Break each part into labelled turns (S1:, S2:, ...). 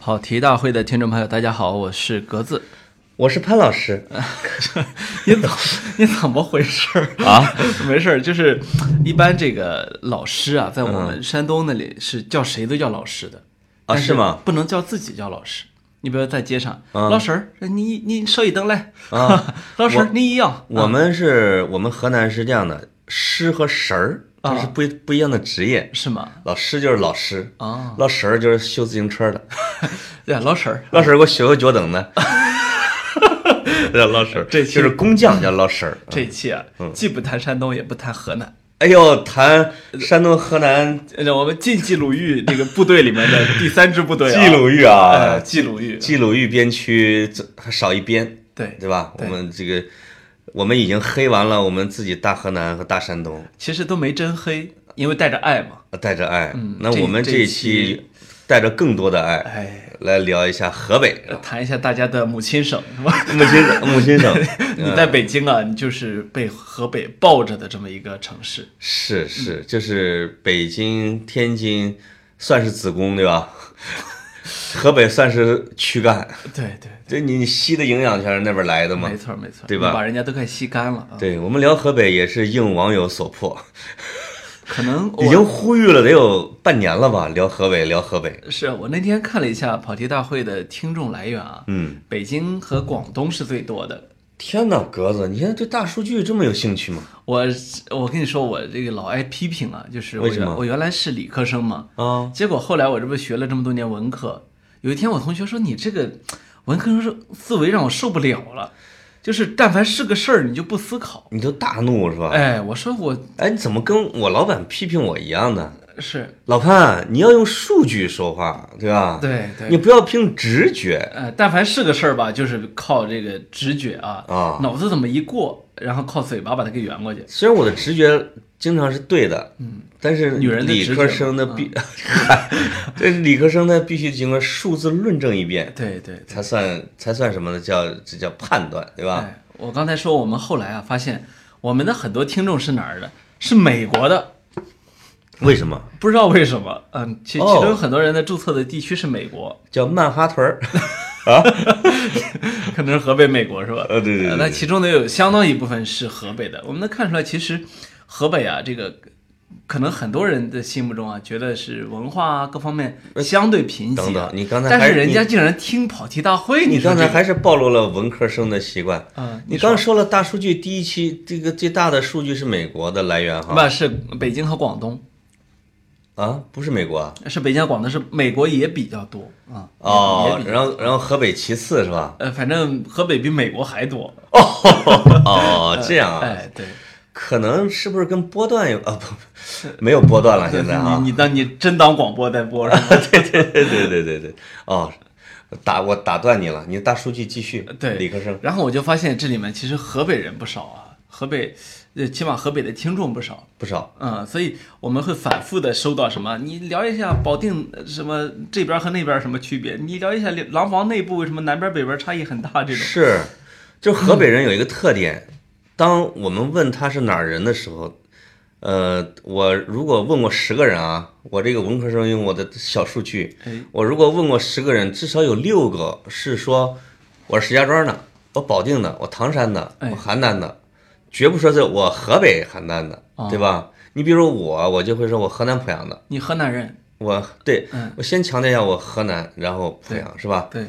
S1: 跑题大会的听众朋友，大家好，我是格子。
S2: 我是潘老师，
S1: 你怎么 你怎么回事儿
S2: 啊？
S1: 没事儿，就是一般这个老师啊，在我们山东那里是叫谁都叫老师的但啊
S2: 是吗？
S1: 不能叫自己叫老师。你比如在街上，
S2: 嗯
S1: 老婶儿，你你烧一灯来
S2: 啊，
S1: 老婶
S2: 我
S1: 儿，你一样，
S2: 我们是我们河南是这样的，师和神儿
S1: 啊
S2: 这是不一不一样的职业，
S1: 是吗？
S2: 老师就是老师，
S1: 啊，
S2: 老神儿就是修自行车的，
S1: 对，啊老婶儿，
S2: 老婶儿给我学个脚蹬的，叫老婶儿，
S1: 这期
S2: 就是工匠叫老婶儿。
S1: 这一期啊，既不谈山东，也不谈河南，
S2: 哎呦，谈山东河南
S1: 让我们晋冀鲁豫这个部队里面的第三支部队、啊，
S2: 冀鲁豫
S1: 呃，
S2: 啊，
S1: 冀鲁豫，
S2: 冀鲁豫边区这还少一边，
S1: 对，
S2: 对吧？我
S1: 对
S2: 们这个我们已经黑完了我们自己大河南和大山东，
S1: 其实都没真黑，因为带着爱嘛。
S2: 带着爱。
S1: 嗯
S2: 那
S1: 这
S2: 我们
S1: 这
S2: 这
S1: 一
S2: 一
S1: 期
S2: 期带着更多的爱
S1: 哎，
S2: 来聊一下河北
S1: 谈一下大家的母亲省是吧？
S2: 母亲省，母亲省
S1: 你在北京啊，你就是被河北抱着的这么一个城市。
S2: 是是，就是北京、天津算是子宫对 吧？河北算是躯干，
S1: 对对，
S2: 这你你吸的营养全是那边来的嘛
S1: 没。错没错，
S2: 对吧
S1: 你把人家都快吸干了啊。
S2: 对我们聊河北也是应网友所迫，
S1: 可能
S2: 已
S1: 我
S2: 经呼吁了得有半年了吧？聊河北，聊河北，
S1: 是我那天看了一下跑题大会的听众来源啊，
S2: 嗯，
S1: 北京和广东是最多的。
S2: 天哪，格子，你现在对大数据这么有兴趣吗？
S1: 我我跟你说，我这个老挨批评啊，就是我
S2: 为什
S1: 原
S2: 么
S1: 我原来是理科生嘛，
S2: 啊，
S1: 结果后来我这不学了这么多年文科，有一天我同学说你这个文科生思维让我受不了了，就是但凡是个事儿你就不思考。
S2: 你都大怒是吧？
S1: 哎，我说我
S2: 哎，你怎么跟我老板批评我一样呢？
S1: 是
S2: 老潘，你要用数据说话，对吧？
S1: 对对
S2: 你不要凭直觉
S1: 呃，但凡是个事儿吧，就是靠这个直觉啊，
S2: 啊。
S1: 脑子怎么一过，然后靠嘴巴把它给圆过去。
S2: 虽然我的直觉经常是对的，嗯，但是
S1: 女人的
S2: 理
S1: 直
S2: 科
S1: 觉嗯
S2: 生的必， 这理科生呢必须经过数字论证一遍，
S1: 对对对，
S2: 才算才算什么呢？叫这叫判断，对吧？
S1: 哎，我刚才说我们后来啊，发现我们的很多听众是哪儿的？是美国的，
S2: 为什么
S1: 不知道为什么，嗯，其其
S2: 哦
S1: 中很多人的注册的地区是美国，
S2: 叫曼哈屯 儿？
S1: 可能是河北、美国是吧？
S2: 呃对对对
S1: 呃那其中呢有相当一部分是河北的，我们能看出来，其实河北啊，这个可能很多人的心目中啊，觉得是文化啊各方面相对贫瘠啊。
S2: 等等你刚才
S1: 但
S2: 还
S1: 是
S2: 是
S1: 人家
S2: 你
S1: 竟然听跑题大会，
S2: 你
S1: 说
S2: 刚
S1: 这
S2: 才
S1: 个
S2: 还是暴露了文科生的习惯。
S1: 嗯，
S2: 你
S1: 你
S2: 刚
S1: 说
S2: 说了大数据第一期这个最大的数据是美国的来源哈？
S1: 不是北京和广东，
S2: 啊，不是美国啊？
S1: 是北京和广东，是美国也比较多啊。
S2: 哦
S1: 也，比
S2: 然后然后河北其次 是吧？
S1: 呃，反正河北比美国还多。
S2: 哦，这样啊，
S1: 哎，对，
S2: 可能是不是跟波段有啊？不，没有波段了，现在啊
S1: 你，你当你真当广播在播是吗？
S2: 对对对对对对，哦，打我打断你了，你大数据继续，
S1: 对
S2: 理科生，
S1: 然后我就发现这里面其实河北人不少啊，河北，呃，起码河北的听众不少。
S2: 不少，
S1: 嗯，所以我们会反复的收到什么？你聊一下保定呃什么这边和那边什么区别？你聊一下廊坊内部为什么南边北边差异很大？这种
S2: 是，就河北人有一个特点，当我们问他是哪儿人的时候，呃，我如果问过十个人啊，我这个文科生用我的小数据，
S1: 哎
S2: 我如果问过十个人，至少有六个是说我是石家庄的，我保定的，我唐山的，
S1: 哎
S2: 我邯郸的，绝不说是我河北邯郸的，
S1: 哦
S2: 对吧？你比如我，我就会说我河南濮阳的，
S1: 你河南人
S2: 我对
S1: 嗯
S2: 我先强调一下我河南，然后濮阳是吧？
S1: 对，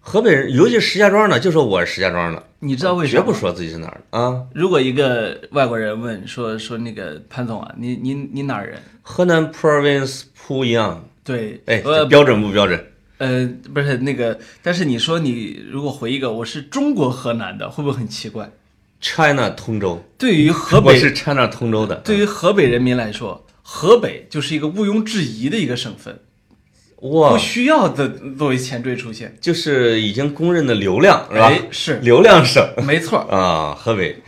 S2: 河北人，尤其石家庄的，就说我是石家庄的。
S1: 你知道为什
S2: 绝
S1: 么？
S2: 不说自己是哪儿的啊，
S1: 如果一个外国人问说说那个潘总啊，你你你哪儿人？
S2: 河南 province 不一样，
S1: 对，
S2: 哎，
S1: 呃
S2: 这标准不标准？
S1: 呃，不是那个，但是你说你如果回一个我是中国河南的，会不会很奇怪？
S2: China 通州，
S1: 对于河
S2: 我
S1: 北
S2: 是 China 通州的，
S1: 对于河北人民来说，河北就是一个毋庸置疑的一个省份，不
S2: 哇，
S1: 需要的作为前缀出现，
S2: 就是已经公认的流量是吧？
S1: 哎是
S2: 流量省
S1: 没错。
S2: 啊，河北。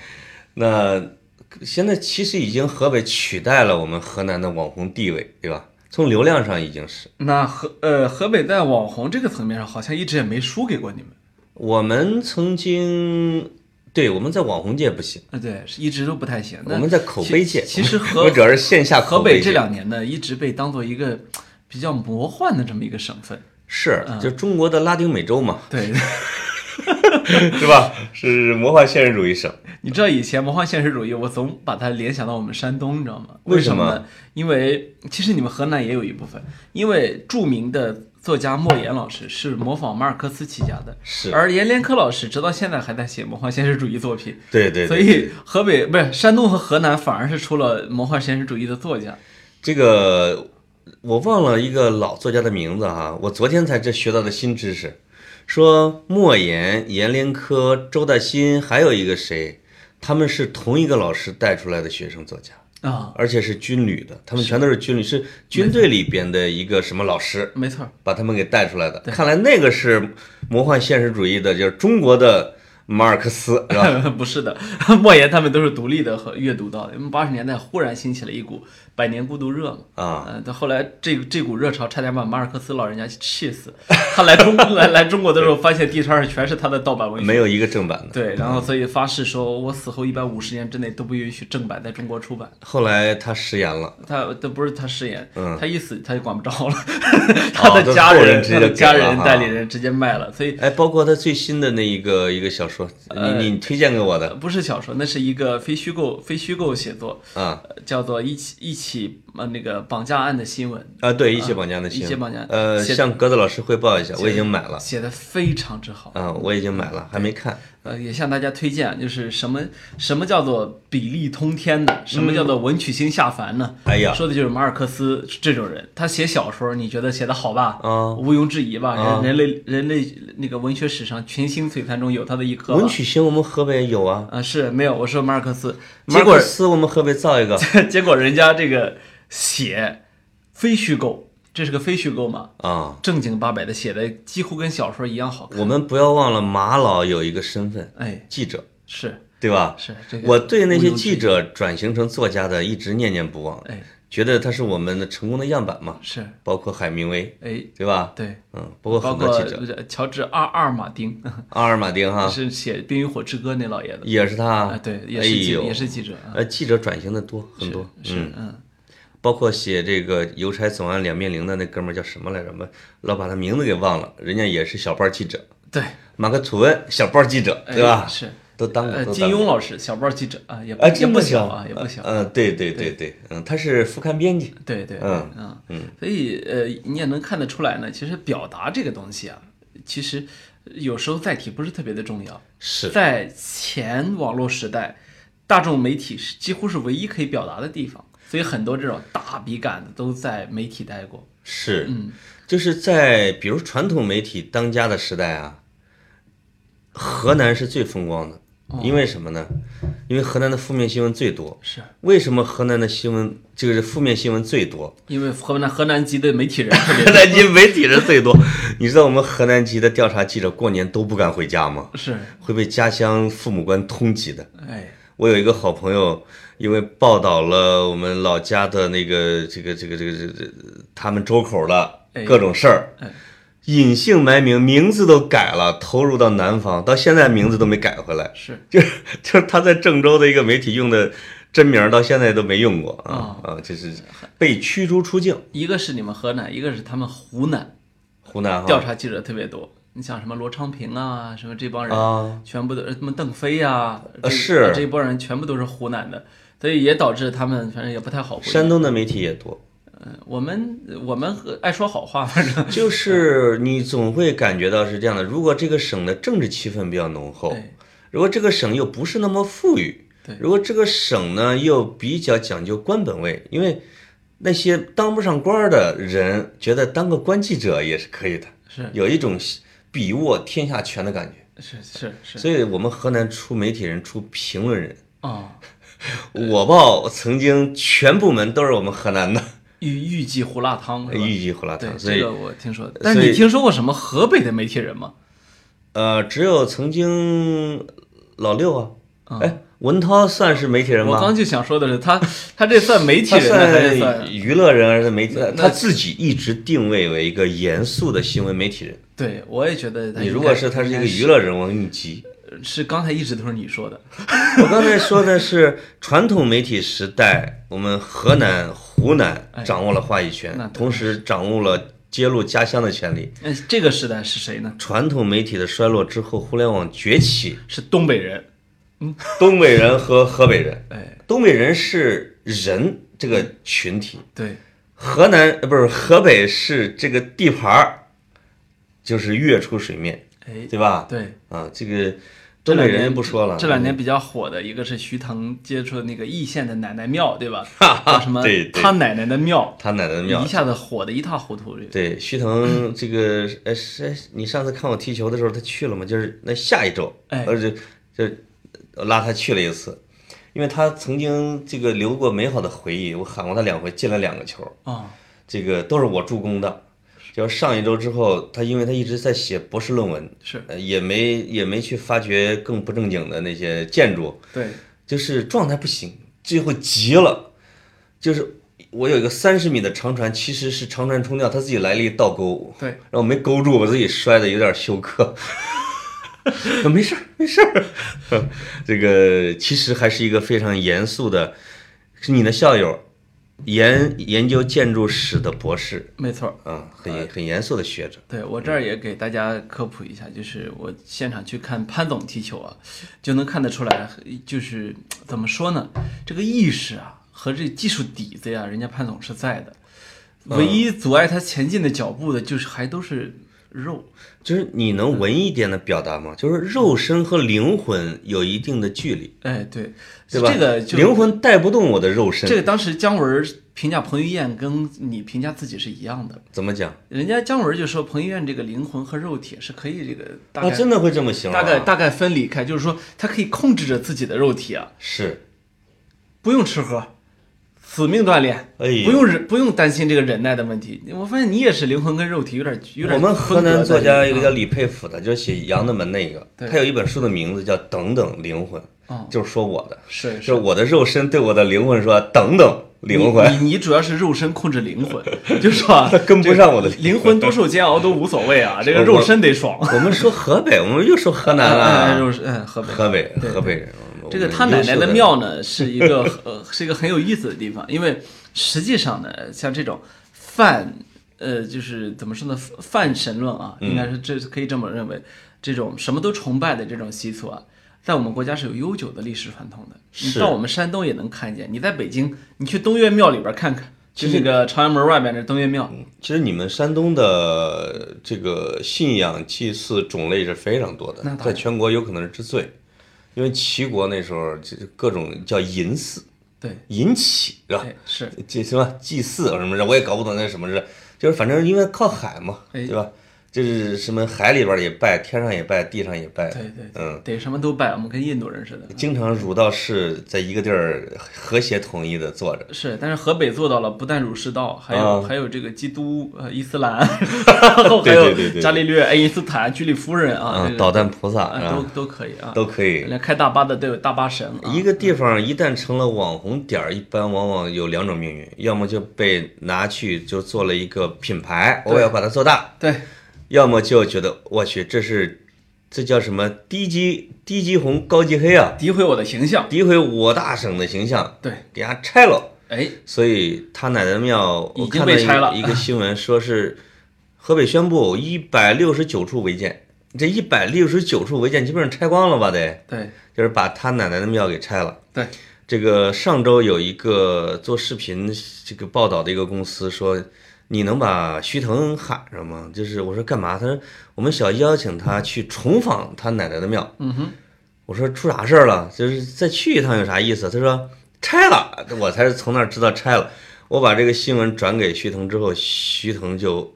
S2: 那现在其实已经河北取代了我们河南的网红地位，对吧？从流量上已经是
S1: 那河呃河北在网红这个层面上，好像一直也没输给过你们，
S2: 我们曾经，对我们在网红界不行，
S1: 呃对，是一直都不太行。那
S2: 我们在口碑界，
S1: 其其 实河
S2: 我主要是线下
S1: 河
S2: 口
S1: 北
S2: 碑
S1: 这
S2: 界。
S1: 两年呢，一直被当做一个比较魔幻的这么一个省份，
S2: 是，就中国的拉丁美洲嘛，
S1: 对，
S2: 是吧？是魔幻现实主义省。
S1: 你知道以前魔幻现实主义，我总把它联想到我们山东，你知道吗？
S2: 为
S1: 为
S2: 什么
S1: 么呢？因为其实你们河南也有一部分，因为著名的作家莫言老师是模仿马尔克斯起家的，
S2: 是
S1: 而阎连科老师直到现在还在写魔幻现实主义作品，
S2: 对对对，
S1: 所以河北不是山东和河南反而是出了魔幻现实主义的作家。
S2: 这个我忘了一个老作家的名字啊，我昨天才这学到的新知识，说莫言、阎连科、周大新，还有一个谁，他们是同一个老师带出来的学生作家，
S1: 啊，
S2: 而且是军旅的，他们全都是军旅，是军队里边的一个什么老师
S1: 没错儿，
S2: 把他们给带出来的。看来那个是魔幻现实主义的，就是中国的马尔克斯，是吧？
S1: 不是的，莫言他们都是独立的和阅读到的。因为八十年代忽然兴起了一股百年孤独热嘛，
S2: 啊，
S1: 嗯，到后来这这股热潮差点把马尔克斯老人家气死。他来中 来来中国的时候，发现地摊上全是他的盗版文学。
S2: 没有一个正版的。
S1: 对，然后所以发誓说，我死后一百五十年之内都不允许正版在中国出版。
S2: 后来他食言了。
S1: 他这不是他誓言，
S2: 嗯
S1: 他一死他就管不着了， 他的
S2: 这
S1: 家
S2: 后
S1: 人、
S2: 人直接
S1: 他的
S2: 就给
S1: 家
S2: 了
S1: 人
S2: 哈
S1: 代理人直接卖了，所以
S2: 哎，包括他最新的那一个一个小说，
S1: 呃
S2: 你你推荐给我的
S1: 不是小说，那是一个非虚构非虚构写作，
S2: 啊
S1: 呃叫做一起一起呃那个绑架案的新闻，
S2: 啊，对，一起绑架的
S1: 一
S2: 新闻，
S1: 起绑架
S2: 呃，
S1: 写
S2: 向格子老师汇报一下，我已经买了
S1: 写嗯的非常之好。
S2: 啊，我已经买了，还没看。
S1: 呃，也向大家推荐，就是什么什么叫做比例通天呢？什么叫做文曲星下凡呢？
S2: 哎呀，
S1: 说的就是马尔克斯这种人，他写小说，你觉得写的好吧？
S2: 啊
S1: 毋庸置疑吧？人人类人类那个文学史上群星璀璨中有他的一颗吧
S2: 文。曲星我们河北有啊，
S1: 啊，是没有，我说马尔克斯，
S2: 马
S1: 结
S2: 尔克
S1: 果
S2: 斯我们河北 造一个
S1: 结果人家这个写非虚构，这是个非虚构嘛，
S2: 啊。
S1: 正经八百的写的几乎跟小说一样好看。
S2: 我们不要忘了马老有一个身份，
S1: 哎，
S2: 记者，
S1: 是
S2: 对吧？
S1: 是这个，
S2: 我对那些记者转型成作家的一直念念不忘，
S1: 哎
S2: 觉得他是我们的成功的样板嘛，
S1: 是
S2: 包括海明威，
S1: 哎
S2: 对吧？
S1: 对，
S2: 嗯，包括
S1: 包
S2: 很多
S1: 括
S2: 记者，啊
S1: 乔治阿尔马丁，
S2: 阿尔马丁哈，
S1: 是写《冰与火之歌》那老爷子
S2: 也是他
S1: 啊，对，也是
S2: 哎
S1: 记
S2: 呦
S1: 也是记者啊，
S2: 呃，记者转型的多很多，
S1: 是嗯，
S2: 包括写这个《邮差总案两面零》的那哥们儿叫什么来着？我老把他名字给忘了，人家也是小报记者，
S1: 对，
S2: 马克吐温小报记者，对吧
S1: 哎？是。
S2: 都当过，
S1: 呃，
S2: 都
S1: 金
S2: 当过。
S1: 庸老师小报记者啊，也不
S2: 啊，
S1: 也
S2: 真
S1: 不
S2: 不
S1: 小
S2: 小
S1: 啊，也不小。
S2: 嗯，对对对对，嗯，他是副刊编辑，
S1: 对对，
S2: 嗯
S1: 嗯所以呃，你也能看得出来呢，其实表达这个东西啊，其实有时候载体不是特别的重要。
S2: 是
S1: 在前网络时代，大众媒体是几乎是唯一可以表达的地方，所以很多这种大笔杆子都在媒体待过。
S2: 是，就是在比如传统媒体当家的时代啊，河南是最风光的，因为什么呢？因为河南的负面新闻最多。
S1: 是
S2: 为什么河南的新闻就是负面新闻最多？
S1: 因为河南河南籍的媒体人特别
S2: 河南籍媒体人最多。 你知道我们河南籍的调查记者过年都不敢回家吗？
S1: 是，
S2: 会被家乡父母官通缉的。
S1: 哎，
S2: 我有一个好朋友，因为报道了我们老家的那个这个这个这个这个这个他们周口的
S1: 哎
S2: 各种事儿
S1: 哎，
S2: 隐姓埋名，名字都改了，投入到南方，到现在名字都没改回来。
S1: 是
S2: 就是就是他在郑州的一个媒体用的真名，到现在都没用过啊
S1: 哦
S2: 啊，就是被驱逐出境。
S1: 一个是你们河南，一个是他们湖南
S2: 湖南哈
S1: 调查记者特别多。你像什么罗昌平啊，什么这帮人，
S2: 啊，
S1: 全部都什么邓飞呀、啊
S2: 呃是
S1: 这一波人全部都是湖南的，所以也导致他们反正也不太好过。
S2: 山东的媒体也多，
S1: 嗯，我们我们和爱说好话，反正
S2: 就是你总会感觉到是这样的。如果这个省的政治气氛比较浓厚，
S1: 对
S2: 如果这个省又不是那么富裕
S1: 对，
S2: 如果这个省呢又比较讲究官本位，因为那些当不上官儿的人觉得当个官记者也是可以的，
S1: 是
S2: 有一种比握天下权的感觉。
S1: 是是是
S2: 所以我们河南出媒体人，出评论人。
S1: 啊、
S2: 我报曾经全部门都是我们河南的，
S1: 预预计胡辣汤是吧？
S2: 预计胡辣
S1: 对，
S2: 汤，所以
S1: 这个我听说的。但是你听说过什么河北的媒体人吗？
S2: 呃，只有曾经老六啊，哎，文涛算是媒体人
S1: 我
S2: 吗？
S1: 刚就想说的是，他他这算媒体
S2: 他
S1: 人呢，还是
S2: 算
S1: 算
S2: 娱乐人还是媒体？
S1: 那
S2: 他自己一直定位为一个严肃的新闻媒体人。
S1: 对，我也觉得他
S2: 你
S1: 应
S2: 如果
S1: 该
S2: 是他是一
S1: 应
S2: 个娱乐人，我给你急。
S1: 该是刚才一直都是你说的，
S2: 我刚才说的是传统媒体时代，我们河南、湖南掌握了话语权
S1: 哎那，
S2: 同时掌握了揭露家乡的权利。
S1: 嗯，这个时代是谁呢？
S2: 传统媒体的衰落之后，互联网崛起，
S1: 是东北人。
S2: 东北人和河北人，
S1: 哎，
S2: 东北人是人这个群体，
S1: 对，
S2: 河南呃不是河北是这个地盘儿，就是跃出水面，
S1: 哎，
S2: 对吧？
S1: 对，
S2: 啊，这个
S1: 这
S2: 东北
S1: 两
S2: 人
S1: 年
S2: 不说了，
S1: 这两年比较火的一个是徐腾接触的那个易县的奶奶庙，对吧？
S2: 哈
S1: 叫什么？
S2: 对对
S1: 他奶奶的庙，
S2: 他奶奶的庙
S1: 一。下子火的一塌糊涂。这个
S2: 对，徐腾这个，呃，是你上次看我踢球的时候，他去了吗？就是那下一周，
S1: 哎
S2: 呃，就就拉他去了一次，因为他曾经这个留过美好的回忆，我喊过他两回，进了两个球，
S1: 啊，
S2: 这个都是我助攻的。就上一周之后，他因为他一直在写博士论文，
S1: 是
S2: 呃也没也没去发掘更不正经的那些建筑，
S1: 对，
S2: 就是状态不行，最后急了，就是我有一个三十米的长传，其实是长传冲吊，他自己来了一倒钩，
S1: 对
S2: 然后没勾住，我自己摔的有点休克。 没事儿，没事儿。这个其实还是一个非常严肃的，是你的校友，研研究建筑史的博士，
S1: 没错儿。
S2: 啊，很
S1: 哎
S2: 严很严肃的学者。
S1: 对我这儿也给大家科普一下，就是我现场去看潘总踢球啊，就能看得出来，就是怎么说呢，这个意识啊和这技术底子呀、人家潘总是在的。
S2: 嗯
S1: 唯一阻碍他前进的脚步的，就是还都是肉。
S2: 就是你能文艺一点的表达吗？就是肉身和灵魂有一定的距离，
S1: 哎，对，
S2: 对吧？
S1: 这个就
S2: 灵魂带不动我的肉身，
S1: 这个当时姜文评价彭于晏跟你评价自己是一样的，
S2: 怎么讲？
S1: 人家姜文就说彭于晏这个灵魂和肉体是可以这个大
S2: 啊，
S1: 概、
S2: 真的会这么形容
S1: 大
S2: 啊？
S1: 概大概分离开，就是说他可以控制着自己的肉体啊，
S2: 是，
S1: 不用吃喝，死命锻炼，
S2: 哎呦
S1: 不用忍不用担心这个忍耐的问题。我发现你也是灵魂跟肉体有点有点
S2: 我们河
S1: 分隔
S2: 南
S1: 在
S2: 作家
S1: 里
S2: 一
S1: 面
S2: 个叫李佩甫的，就是写《羊的门》那个，
S1: 啊对
S2: 他有一本书的名字叫《等等灵魂》，
S1: 哦
S2: 就是说我的，
S1: 是
S2: 就是我的肉身对我的灵魂说：“等等，灵魂。”
S1: 你你你主要是肉身控制灵魂， 就是说啊
S2: 他跟不上我的
S1: 这个灵魂多受煎熬都无所谓 啊，这个
S2: 我
S1: 肉身得爽。
S2: 我们说河北，我们又说河南
S1: 哎，
S2: 了，
S1: 肉身嗯，河北。
S2: 河北
S1: 对
S2: 河北人。我们
S1: 这个他奶奶
S2: 优秀
S1: 的
S2: 的
S1: 庙呢，是一个呃，是一个很有意思的地方，因为实际上呢，像这种泛呃，就是怎么说呢，泛神论啊，应
S2: 嗯
S1: 该是这可以这么认为，这种什么都崇拜的这种习俗啊，在我们国家是有悠久的历史传统的。你
S2: 是
S1: 到我们山东也能看见，你在北京，你去东岳庙里边看看，就那个朝阳门外面那东岳庙，
S2: 其实你们山东的这个信仰祭祀种类是非常多
S1: 那
S2: 的
S1: 当，然
S2: 在全国有可能是之最，因为齐国那时候就是各种叫淫祀、
S1: 对，
S2: 淫起，是吧？
S1: 哎是，
S2: 祭什么祭祀啊什么的，我也搞不懂那是什么是，就是反正因为靠海嘛，
S1: 哎
S2: 对吧？就是什么海里边也拜，天上也拜，地上也拜，
S1: 对对对，
S2: 嗯，
S1: 得什么都拜，我们跟印度人似的。
S2: 经常儒道释在一个地儿和谐统一的坐着，
S1: 是，但是河北做到了，不但儒释道，还有、
S2: 啊
S1: 还有这个基督、呃伊斯 兰，然后还有
S2: 对对对对
S1: 伽利略、爱因斯坦、居里夫人啊，
S2: 嗯，
S1: 这个
S2: 导弹菩萨
S1: 啊
S2: 啊
S1: 都都可以啊，
S2: 都可以，
S1: 连开大巴的都有大巴神啊。
S2: 一个地方一旦成了网红点儿，一般往往有两种命运，要么就被拿去就做了一个品牌，
S1: 对
S2: 我要把它做大；
S1: 对，
S2: 要么就觉得我去，这是这叫什么低级低级红高级黑啊，
S1: 诋毁我的形象。
S2: 诋毁我大省的形象，
S1: 对，
S2: 给它拆了。
S1: 哎，
S2: 所以他奶奶的庙
S1: 已
S2: 我
S1: 经
S2: 看
S1: 被
S2: 到
S1: 拆了
S2: 一个一个新闻，说是河北宣布一百六十九处违建，这一百六十九处违建基本上拆光了吧得，
S1: 对
S2: 就是把他奶奶的庙给拆了。
S1: 对，
S2: 这个上周有一个做视频这个报道的一个公司说，你能把徐腾喊上吗？就是我说干嘛？他说我们想邀请他去重访他奶奶的庙。
S1: 嗯哼，
S2: 我说出啥事儿了？就是再去一趟有啥意思？他说拆了，我才是从那儿知道拆了。我把这个新闻转给徐腾之后，徐腾就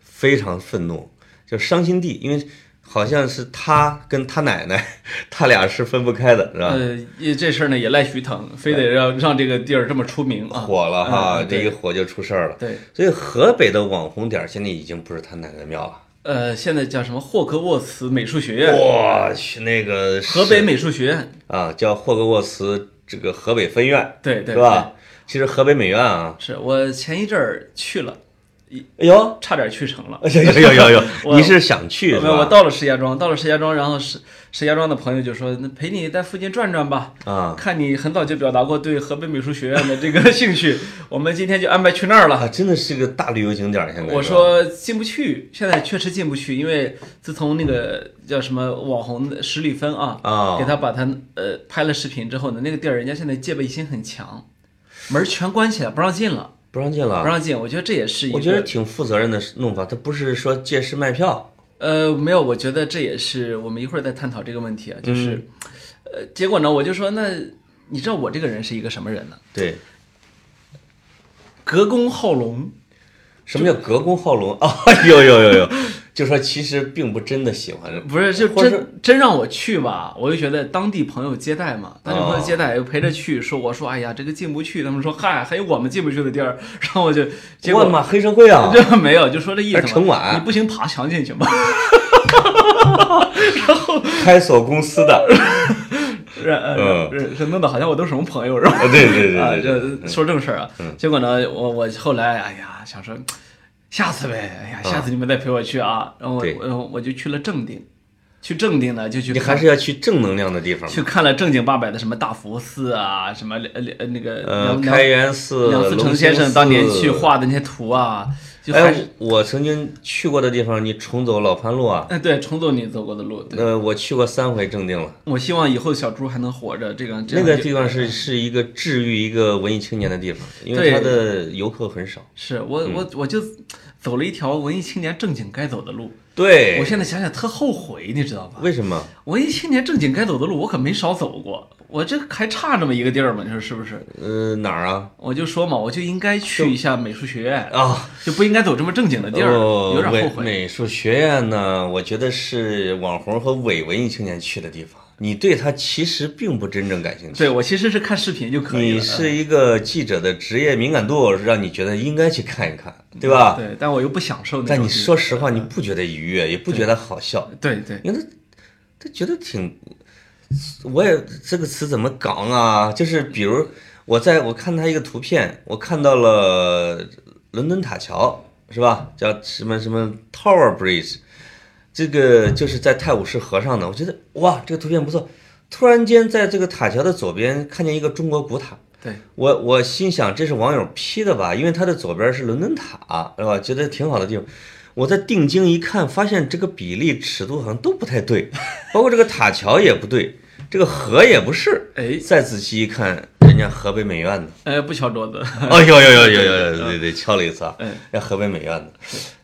S2: 非常愤怒，就伤心地，因为好像是他跟他奶奶，他俩是分不开的，是吧？
S1: 呃，也这事儿呢也赖徐腾，非得让让这个地儿这么出名啊。
S2: 火了哈，
S1: 嗯
S2: 这
S1: 对
S2: 一火就出事儿了。
S1: 对，
S2: 所以河北的网红点儿现在已经不是他奶奶庙了。
S1: 呃，现在叫什么霍格沃茨美术学院，
S2: 我去，那个是
S1: 河北美术学院，
S2: 啊，叫霍格沃茨这个河北分院，
S1: 对对
S2: 是吧？其实河北美院啊，
S1: 是我前一阵儿去了，
S2: 哎呦，
S1: 差点去成了。
S2: 哎呦呦呦呦呦，
S1: 我
S2: 你是想去是
S1: 没有，我
S2: 吧？
S1: 到了石家庄，到了石家庄，然后石石家庄的朋友就说：“那陪你在附近转转吧。”
S2: 啊
S1: 看你很早就表达过对河北美术学院的这个兴 趣，我们今天就安排去那儿了。
S2: 啊，真的是个大旅游景点儿，现在
S1: 我
S2: 是吧
S1: 说进不去，现在确实进不去，因为自从那个叫什么网红史里芬啊，
S2: 啊
S1: 给他把他呃拍了视频之后呢，那个地儿人家现在戒备心很强，门儿全关起来不让进了，
S2: 不让进
S1: 不
S2: 了，
S1: 让进。我觉得这也是一
S2: 我觉得
S1: 个
S2: 挺负责任的弄法，他不是说借尸卖票，
S1: 呃没有，我觉得这也是我们一会儿再探讨这个问题啊，
S2: 嗯
S1: 就是、呃结果呢，我就说那你知道我这个人是一个什么人呢？
S2: 对。
S1: 隔宫好龙。
S2: 什么叫隔宫好龙 啊？有有有有，就说其实并不真的喜欢，
S1: 不是，就
S2: 或者
S1: 真真让我去吧，我就觉得当地朋友接待嘛，当地朋友接待又陪着去，说我说哎呀这个进不去，他们说嗨还有我们进不去的地儿， 然后我就结
S2: 我
S1: 果
S2: 的妈，黑社会啊！
S1: 就 没有就说这意思嘛，
S2: 还城管
S1: 你不行爬墙进去嘛，
S2: 开锁公司 的，
S1: 是呃
S2: 嗯
S1: 是是弄得好像我都是什么朋友是吧？
S2: 啊对对
S1: 啊，
S2: 对对对，嗯
S1: 这说正事儿啊，结果呢我我后来哎呀想说下次呗，哎呀下次你们再陪我去啊，然后我
S2: 嗯对
S1: 然后我就去了正定，去正定呢就去
S2: 你
S1: 看
S2: 还是要去正能量的地方嘛，
S1: 去看了正经八百的什么大佛寺啊，什么呃呃那个
S2: 呃，
S1: 梁梁
S2: 开元寺、
S1: 梁思成
S2: 龙兴
S1: 先生当年
S2: 寺
S1: 去。画的那些图啊，就还
S2: 哎
S1: 是，
S2: 我曾经去过的地方，你重走老番路啊？
S1: 哎对，重走你走过的路。对，
S2: 呃，我去过三回正定了。
S1: 我希望以后小猪还能活着，这个这
S2: 那
S1: 样
S2: 个
S1: 就
S2: 地方是是一个治愈一个文艺青年的地方，因
S1: 对
S2: 为它的游客很少。
S1: 是我
S2: 嗯
S1: 我我就走了一条文艺青年正经该走的路，我
S2: 对，
S1: 现在想想特后悔，你知道吧？
S2: 为什么？
S1: 文艺青年正经该走的路我可没少走过，我这还差这么一个地儿嘛，你说是不是？
S2: 呃，哪儿啊？
S1: 我就说嘛，我就应该去一下美术学院，
S2: 啊，
S1: 就不应该走这么正经的地儿，
S2: 哦
S1: 有点
S2: 美
S1: 后悔。
S2: 美术学院呢，我觉得是网红和伪文艺青年去的地方。你对它其实并不真正感兴趣，
S1: 对我其实是看视频就可以
S2: 你
S1: 了。嗯
S2: 是一个记者的职业敏感度，让你觉得应该去看一看，对吧？
S1: 嗯对，但我又不享受那种。
S2: 但你说，实话，你不觉得愉悦，也不觉得好笑，
S1: 嗯对对，
S2: 因为他他觉得挺，我也这个词怎么讲啊？就是比如我在我看他一个图片，我看到了伦敦塔桥，是吧？叫什么什么 Tower Bridge，这个就是在泰晤士河上的。我觉得哇，这个图片不错。突然间，在这个塔桥的左边看见一个中国古塔，
S1: 对
S2: 我我心想这是网友 P 的吧，因为它的左边是伦敦塔，是吧？觉得挺好的地方。我在定睛一看，发现这个比例尺度好像都不太对，包括这个塔桥也不对，这个河也不是。
S1: 哎
S2: 再仔细一看，人家河北美院的，
S1: 呃，不敲桌子，
S2: 哦，有有有有有，对对，敲了一次啊，
S1: 嗯
S2: 人家河北美院的，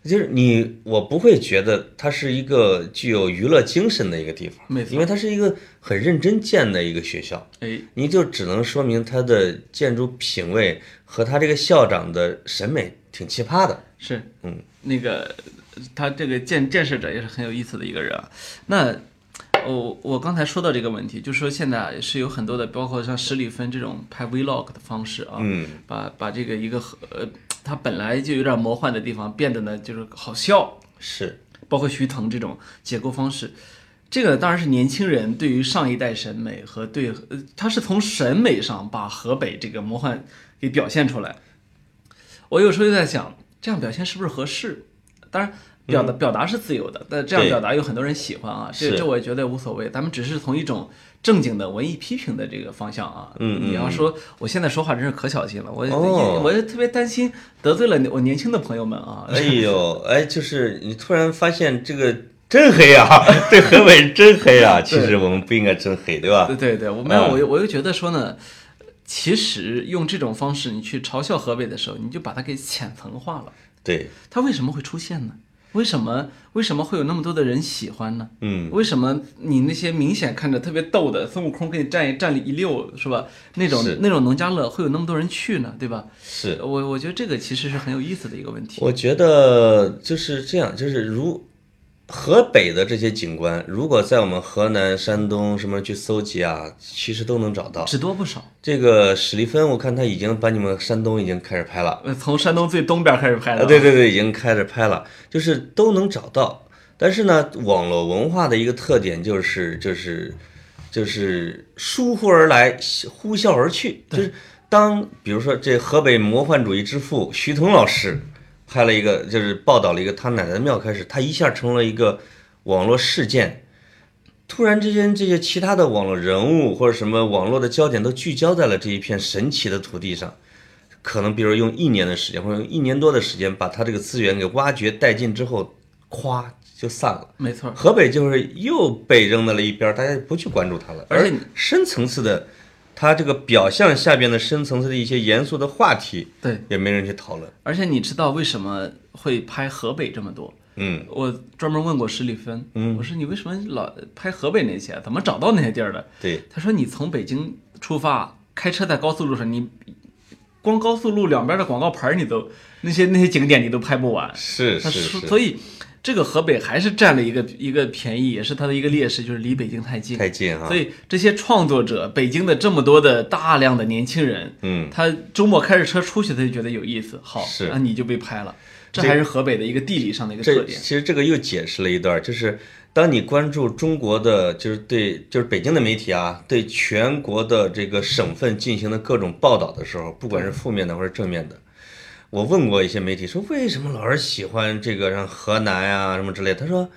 S2: 就是你，我不会觉得它是一个具有娱乐精神的一个地方，
S1: 没错
S2: 因为它是一个很认真建的一个学校，
S1: 哎，
S2: 你就只能说明它的建筑品味和它这个校长的审美挺奇葩的。
S1: 是，
S2: 嗯，
S1: 那个他这个建建设者也是很有意思的一个人啊。那我我刚才说到这个问题，就说现在是有很多的，包括像史里芬这种拍 vlog 的方式啊，
S2: 嗯，
S1: 把把这个一个和呃，他本来就有点魔幻的地方变得呢就是好笑，
S2: 是，
S1: 包括徐腾这种解构方式。这个当然是年轻人对于上一代审美和对，呃，他是从审美上把河北这个魔幻给表现出来。我有时候就在想，这样表现是不是合适？当然，表达、表达是自由的，但这样
S2: 嗯对
S1: 表达有很多人喜欢啊，这
S2: 是
S1: 这我也觉得无所谓。咱们只是从一种正经的文艺批评的这个方向啊，
S2: 嗯嗯
S1: 你要说我现在说话真是可小心了，我、
S2: 哦
S1: 我就特别担心得罪了我年轻的朋友们啊，
S2: 哎呦，哎，就是你突然发现这个真黑啊， 对河北真黑啊，其实我们不应该真黑，对吧？
S1: 对对对，我没有，
S2: 嗯
S1: 我又我又觉得说呢，其实用这种方式你去嘲笑河北的时候，你就把它给浅层化了。
S2: 对，
S1: 它为什么会出现呢？为什么为什么会有那么多的人喜欢呢？
S2: 嗯，
S1: 为什么你那些明显看着特别逗的孙悟空给你站一站立一溜是吧？那种
S2: 是
S1: 那种农家乐会有那么多人去呢，对吧？
S2: 是。
S1: 我我觉得这个其实是很有意思的一个问题。
S2: 我觉得就是这样，就是如河北的这些景观，如果在我们河南、山东什么去搜集啊，其实都能找到。
S1: 只多不少，
S2: 这个史蒂芬，我看他已经把你们山东已经开始拍了，
S1: 呃，从山东最东边开始拍的
S2: 啊，
S1: 啊，
S2: 对对对，已经开始拍了，就是都能找到。但是呢，网络文化的一个特点就是就是就是疏忽而来，呼啸而去。就是当比如说这河北魔幻主义之父徐腾老师拍了一个，就是报道了一个他奶奶的庙开始，他一下成了一个网络事件。突然之间，这些其他的网络人物或者什么网络的焦点都聚焦在了这一片神奇的土地上，可能比如用一年的时间或者用一年多的时间把他这个资源给挖掘殆尽之后，咵就散了。
S1: 没错儿，
S2: 河北就是又被扔到了一边儿，大家不去关注它了。
S1: 而且你
S2: 深层次的，它这个表象下边的深层次的一些严肃的话题，
S1: 对，
S2: 也没人去讨论。
S1: 而且你知道为什么会拍河北这么多？
S2: 嗯，
S1: 我专门问过史立芬，我说你为什么老拍河北那些？怎么找到那些地儿的？
S2: 对，
S1: 他说你从北京出发，开车在高速路上，你光高速路两边的广告牌儿你都那些那些景点你都拍不完。
S2: 是
S1: 他
S2: 是
S1: 说，
S2: 是，
S1: 所以这个河北还是占了一个一个便宜，也是它的一个劣势，就是离北京太近。
S2: 太近哈
S1: 所。以这些创作者，北京的这么多的大量的年轻人，
S2: 嗯，
S1: 他周末开着车出去，他就觉得有意思，好，
S2: 是
S1: 那你就被拍了。这
S2: 这
S1: 还是河北的一个地理上的一个特
S2: 这
S1: 点。
S2: 其实这个又解释了一段儿，就是当你关注中国的，就是对，就是北京的媒体啊，对全国的这个省份进行的各种报道的时候，不管是负面的或者正面的。我问过一些媒体说，为什么老是喜欢这个像河南呀、什么之类的？他说，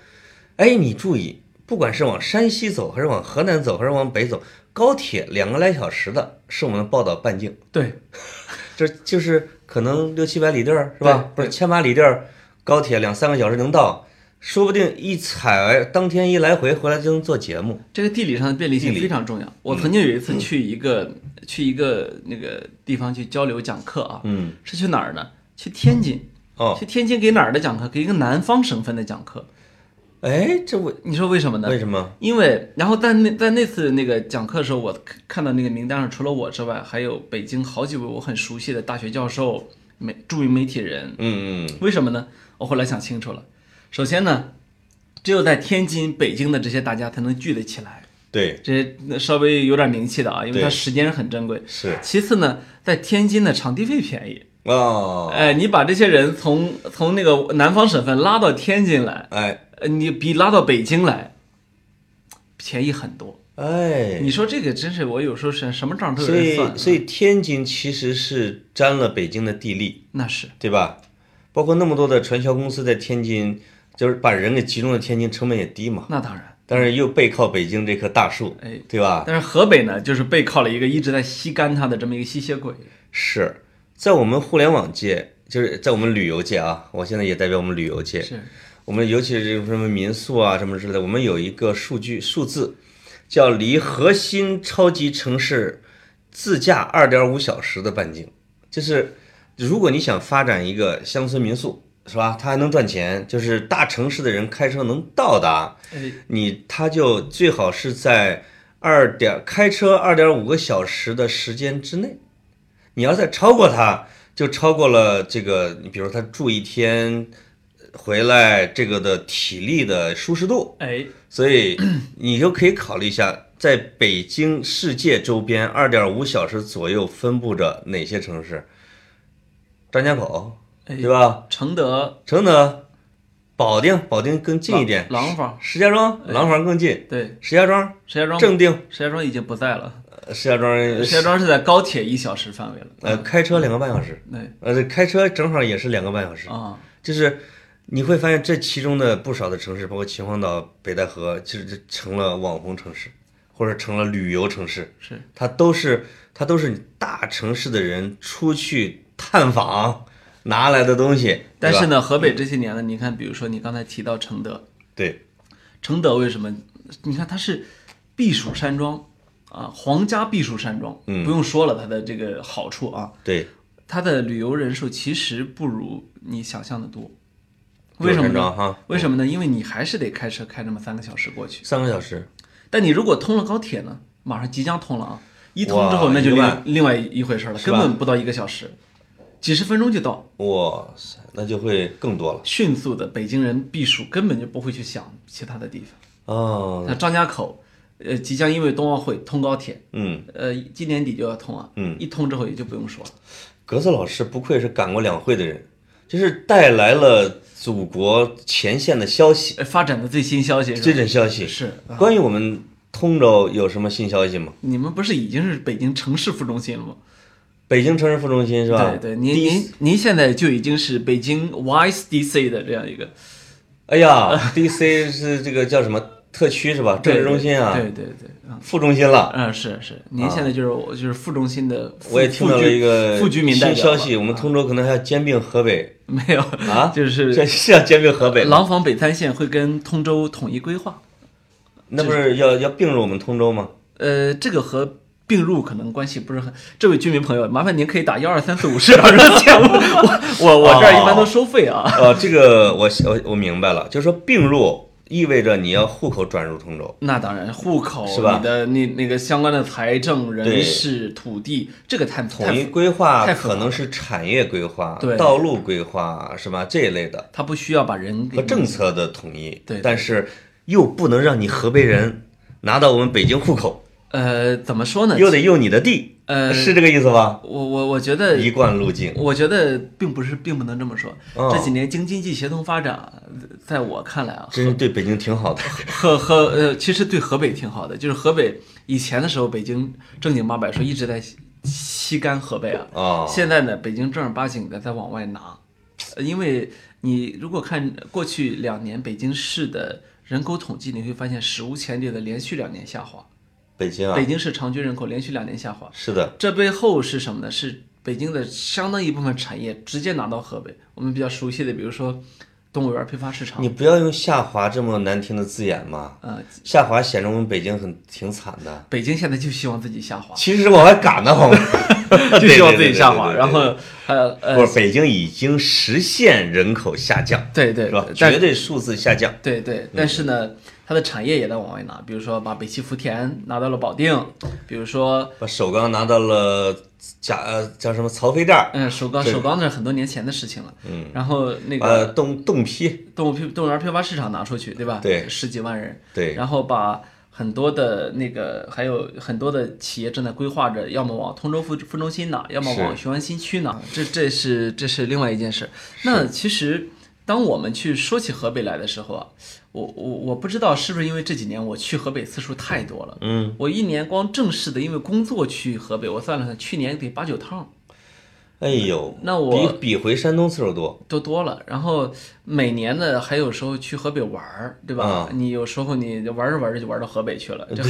S2: 哎，你注意，不管是往山西走，还是往河南走，还是往北走，高铁两个来小时的是我们的报道半径，
S1: 对，
S2: 这就是可能六七百里地儿是吧？不
S1: 对
S2: 是千把里地儿，高铁两三个小时能到，说不定一踩当天一来回回来就能做节目。
S1: 这个地理上的便利性
S2: 地理嗯
S1: 非常重要。我曾经有一次去一个、去一个那个地方去交流讲课啊，
S2: 嗯，
S1: 是去哪儿呢？去天津，
S2: 哦，
S1: 去天津给哪儿的讲课？给一个南方省份的讲课。
S2: 哎，这为
S1: 你说为什么呢？
S2: 为什么？
S1: 因为，然后在那在那次那个讲课的时候，我看看到那个名单上，除了我之外，还有北京好几位我很熟悉的大学教授、媒著名媒体人。
S2: 嗯嗯，
S1: 为什么呢？我后来想清楚了。首先呢，只有在天津、北京的这些大家才能聚得起来，
S2: 对，
S1: 这些那稍微有点名气的啊，因为
S2: 对
S1: 它时间很珍贵。
S2: 是
S1: 其次呢，在天津的场地费便宜，
S2: 哦，
S1: 哎，你把这些人从从那个南方省份拉到天津来，
S2: 哎
S1: 呃，你比拉到北京来便宜很多。
S2: 哎，
S1: 你说这个真是，我有时候是什么账都有
S2: 所
S1: 人
S2: 以
S1: 算，啊
S2: 所以天津其实是沾了北京的地利，
S1: 那是
S2: 对吧？包括那么多的传销公司在天津，就是把人给集中在天津，成本也低嘛。
S1: 那当然。
S2: 但是又背靠北京这棵大树，
S1: 哎，
S2: 对吧？
S1: 但是河北呢，就是背靠了一个一直在吸干它的这么一个吸血鬼。
S2: 是在我们互联网界，就是在我们旅游界啊，我现在也代表我们旅游界，
S1: 是，
S2: 我们尤其是什么民宿啊什么之类的，我们有一个数据数字，叫离核心超级城市自驾二点五小时的半径，就是如果你想发展一个乡村民宿，是吧？它还能赚钱，就是大城市的人开车能到达，
S1: 哎，
S2: 你他就最好是在二点开车二点五个小时的时间之内，你要再超过它，就超过了这个，你比如他住一天呃回来这个的体力的舒适度，
S1: 哎，
S2: 所以你就可以考虑一下，在北京世界周边二点五小时左右分布着哪些城市？张家口，
S1: 哎
S2: 对吧？
S1: 承德、
S2: 承德、保定，保定更近一点，
S1: 廊坊，
S2: 石家庄、廊坊更近。
S1: 对，
S2: 石家庄、
S1: 石家庄，
S2: 正定、
S1: 石家庄已经不在了，
S2: 呃石家庄，
S1: 石家庄是在高铁一小时范围了。
S2: 呃，开车两个半小时，
S1: 对，
S2: 呃，开车正好也是两个半小时，
S1: 啊，
S2: 就是你会发现这其中的不少的城市，包括秦皇岛、北戴河，其实就成了网红城市，或者成了旅游城市，
S1: 是，
S2: 它都是它都是你大城市的人出去探访拿来的东西，
S1: 但是
S2: 对吧
S1: 呢，河北这些年呢，你看，比如说你刚才提到承德，
S2: 对，
S1: 承德为什么？你看它是避暑山庄啊，皇家避暑山庄，不用说了它的这个好处啊，
S2: 嗯对，
S1: 它的旅游人数其实不如你想象的多。
S2: 有
S1: 为什么
S2: 山庄啊
S1: 呢？
S2: 哈，
S1: 为什么呢？因为你还是得开车开那么三个小时过去。
S2: 三个小时，
S1: 但你如果通了高铁呢，马上即将通了啊，一通之后
S2: 哇
S1: 那就
S2: 一个
S1: 另
S2: 半
S1: 另外一回事了，
S2: 是
S1: 根
S2: 吧
S1: 本不到一个小时，几十分钟就到。
S2: 哇塞，那就会更多了
S1: 迅速的，北京人避暑根本就不会去想其他的地方。
S2: 哦，
S1: 像张家口，呃，即将因为冬奥会通高铁，
S2: 嗯。
S1: 呃，今年底就要通啊，
S2: 嗯，
S1: 一通之后也就不用说了，
S2: 格子老师不愧是赶过两会的人，就是带来了祖国前线的消息，
S1: 呃发展的最新消息
S2: 这
S1: 是吧
S2: 种消息。
S1: 是啊
S2: 关于我们通州有什么新消息吗？
S1: 你们不是已经是北京城市副中心了吗？
S2: 北京城市副中心是吧？
S1: 对对，您
S2: 第一
S1: 您您现在就已经是北京 YSDC 的这样一个
S2: 哎呀，DC 是这个叫什么特区是吧？政治中心啊，
S1: 对对对对，嗯
S2: 副中心了。
S1: 嗯是是，您现在就是我就是副中心的副，
S2: 啊我也听到
S1: 副
S2: 了
S1: 局
S2: 一个
S1: 副局民代
S2: 新
S1: 表
S2: 消
S1: 吧
S2: 息，我们通州可能还要兼并河北
S1: 没有，
S2: 啊
S1: 就是
S2: 这是要兼并河北吗，
S1: 廊坊北滩县会跟通州统一规划，
S2: 那不是要要并入我们通州吗？
S1: 呃，这个和并入可能关系不是很。这位居民朋友，麻烦您可以打幺二三四五市场热线，我 我我这儿一般都收费啊。
S2: 呃，这个我我我明白了，就是说并入意味着你要户口转入通州，
S1: 那当然，户口
S2: 是吧
S1: 你的那那个相关的财政、
S2: 对
S1: 人事、土地，这个太太
S2: 统一规划
S1: 太复杂
S2: 可能是产业规划
S1: 对、
S2: 道路规划是吧这一类的
S1: 它不需要把人
S2: 和
S1: 给
S2: 政策的统一，
S1: 嗯对对
S2: 但是又不能让你河北人拿到我们北京户口，
S1: 呃怎么说呢？
S2: 又得用你的地，
S1: 呃，
S2: 是这个意思吧？
S1: 我我我觉得
S2: 一贯路径，
S1: 我觉得并不是，并不能这么说。
S2: 哦
S1: 这几年京津冀协同发展，在我看来啊，
S2: 真是对北京 挺好的。
S1: 河河呃，其实对河北挺好的，就是河北以前的时候，北京正经八百说一直在吸吸干河北啊，
S2: 哦，
S1: 现在呢，北京正儿八经的在往外拿，呃因为你如果看过去两年北京市的人口统计，你会发现史无前例的连续两年下滑，
S2: 北京啊
S1: 北，京市常居人口连续两年下滑，
S2: 是的，
S1: 这背后是什么呢？是北京的相当一部分产业直接拿到河北，我们比较熟悉的，比如说动物园批发市场
S2: 你，不要用下滑这么难听的字眼嘛，
S1: 呃，
S2: 下滑显得我们北京很挺惨的。
S1: 北京现在就希望自己下 滑。？
S2: 其实往外赶呢，好吗
S1: 就希望自己下滑，然后呃
S2: 对对对对对
S1: 呃，
S2: 不是北京已经实现人口下降，
S1: 对对
S2: 是吧？
S1: 但
S2: 绝对嗯数字下降，
S1: 对对，但是呢，它的产业也在往外拿，比如说把北汽福田拿到了保定，比如说
S2: 把首钢拿到了贾呃叫什么曹妃甸，
S1: 嗯首钢，
S2: 对
S1: 首钢那是很多年前的事情了，嗯，然后那
S2: 呃
S1: 个
S2: 洞洞批，
S1: 动物批动物园批发市场拿出去，对吧？
S2: 对
S1: 十几万人，
S2: 对，
S1: 然后把很多的那个，还有很多的企业正在规划着，要么往通州副副中心拿，要么往雄安新区拿。
S2: 嗯
S1: 这这是这是另外一件事。那其实当我们去说起河北来的时候啊，我我我不知道是不是因为这几年我去河北次数太多了，
S2: 嗯，
S1: 我一年光正式的因为工作去河北，我算了算，去年得八九趟。
S2: 哎呦，
S1: 那我
S2: 比比回山东次数多，
S1: 都多了，然后每年呢，还有时候去河北玩儿，对
S2: 啊
S1: 吧？你有时候你玩着玩着就玩到河北去了，这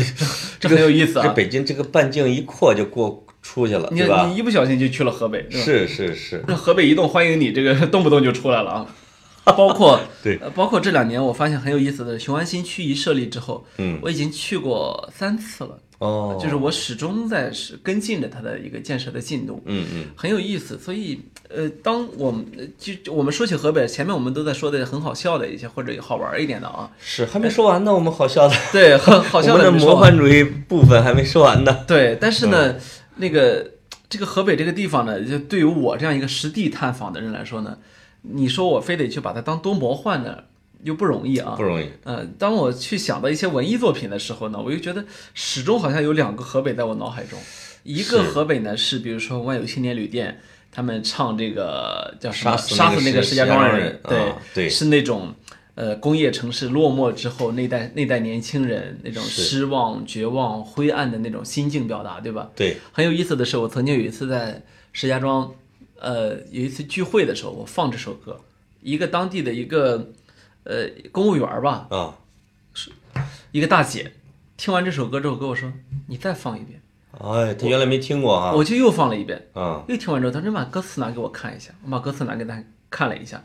S1: 这很有意思啊。
S2: 这北京这个半径一扩就过出去了，
S1: 你
S2: 对吧？
S1: 你一不小心就去了河北，吧
S2: 是是是，
S1: 那河北移动欢迎你，这个动不动就出来了啊。包括
S2: 对
S1: 呃包括这两年我发现很有意思的，雄安新区一设立之后，
S2: 嗯，
S1: 我已经去过三次了，
S2: 哦，
S1: 就是我始终在是跟进着它的一个建设的进度，
S2: 嗯嗯，
S1: 很有意思。所以呃，当我们呃就就我们说起河北，前面我们都在说的很好笑的一些或者好玩一点的啊，
S2: 是还没说完呢，我们好笑的，
S1: 对，很好笑
S2: 我们
S1: 的
S2: 的
S1: 没说
S2: 魔
S1: 完
S2: 幻主义部分还没说完呢，
S1: 对，但是呢，那个这个河北这个地方呢，就对于我这样一个实地探访的人来说呢，你说我非得去把它当多魔幻呢，又不容易啊
S2: 不。容易，
S1: 呃，当我去想到一些文艺作品的时候呢，我又觉得始终好像有两个河北在我脑海中，一个
S2: 是
S1: 河北呢是比如说万有青年旅店。他们唱这个叫什
S2: 杀
S1: 么？
S2: 死
S1: 杀
S2: 那个
S1: 死那个
S2: 石
S1: 石家
S2: 家
S1: 庄
S2: 庄
S1: 人
S2: 人，
S1: 对、
S2: 啊对
S1: 是那种呃工业城市落寞之后那代那代年轻人那种
S2: 是
S1: 失望、绝望、灰暗的那种心境表达，对吧？
S2: 对，
S1: 很有意思的是，我曾经有一次在石家庄，呃，有一次聚会的时候，我放这首歌，一个当地的一个呃公务员儿吧，
S2: 啊
S1: 一个大姐，听完这首歌之后跟我说：“你再放一遍。
S2: 哎，他原来没听过啊，
S1: 我就又放了一遍，
S2: 啊，
S1: 又听完之后，她说：“你把歌词拿给我看一下。”我把歌词拿给她看了一下。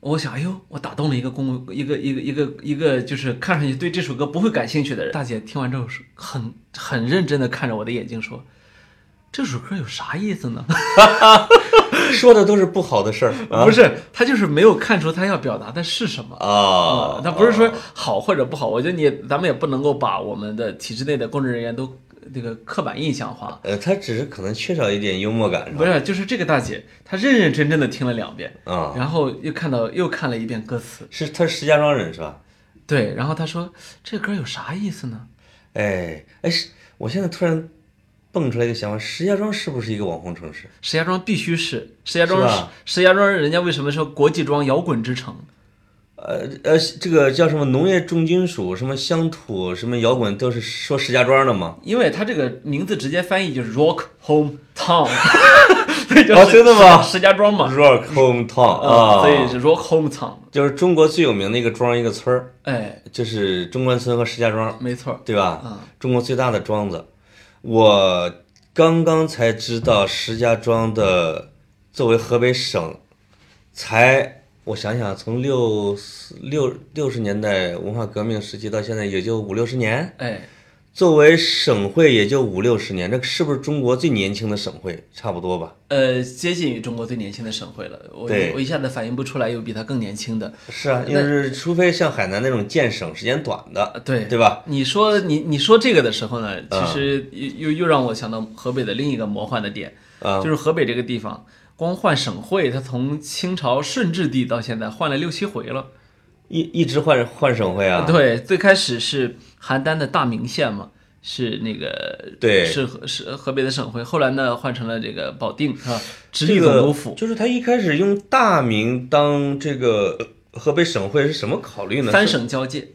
S1: 我想，哎呦，我打动了一个公务，一个一个一个一个，就是看上去对这首歌不会感兴趣的人。大姐听完之后是很很认真的看着我的眼睛说：“这首歌有啥意思呢？”
S2: 说的都是不好的事 儿啊
S1: 不是，他就是没有看出他要表达的是什么。
S2: 啊，
S1: 嗯他呃不是说好或者不好，我觉得你也咱们也不能够把我们的体制内的公职人员都这个刻板印象化。
S2: 呃，他只是可能缺少一点幽默感，是
S1: 不
S2: 吧？
S1: 是，就是这个大姐，她认认真真的听了两遍，
S2: 啊，
S1: 然后又看到又看了一遍歌词，
S2: 是他是石家庄人是吧？
S1: 对，然后她说这歌有啥意思呢？
S2: 哎哎，是我现在突然蹦出来一个想法，石家庄是不是一个网红城市？
S1: 石家庄必须是石家庄
S2: 是吧，
S1: 石家庄人家为什么说国际庄摇滚之城？
S2: 呃呃，这个叫什么农业重金属、什么乡土、什么摇滚，都是说石家庄的嘛。
S1: 因为它这个名字直接翻译就是 Rock Home Town，对，
S2: 哦真的吗
S1: 石家庄嘛，
S2: Rock hometown
S1: 啊，
S2: 啊，
S1: 哦所以是 Rock Home Town。
S2: 就是中国最有名的一个庄一个村儿，
S1: 哎，
S2: 就是中关村和石家庄，
S1: 没错儿，
S2: 对吧？中国最大的庄子，我刚刚才知道石家庄的作为河北省，才我想想，从六四六六十年代文化革命时期到现在也就五六十年，
S1: 哎，
S2: 作为省会也就五六十年，这是不是中国最年轻的省会？差不多吧。
S1: 呃，接近于中国最年轻的省会了。我
S2: 对
S1: 我一下子反应不出来有比它更年轻的。
S2: 是啊，就是除非像海南那种建省时间短
S1: 啊，
S2: 的，
S1: 对
S2: 对吧？
S1: 你说你你说这个的时候
S2: 嗯
S1: 呢，其实又又又让我想到河北的另一个魔幻的点，
S2: 啊
S1: 就是河北这个地方，光换省会，它从清朝顺治帝到现在换了六七回了。
S2: 一一直换换省会啊？
S1: 对，最开始是邯郸的大名县嘛，是那个
S2: 对
S1: 是河是河北的省会，后来呢换成了这个保定是吧？直
S2: 这
S1: 隶
S2: 个
S1: 总督府，
S2: 就是他一开始用大名当这个呃河北省会是什么考虑呢？
S1: 三
S2: 是
S1: 省交界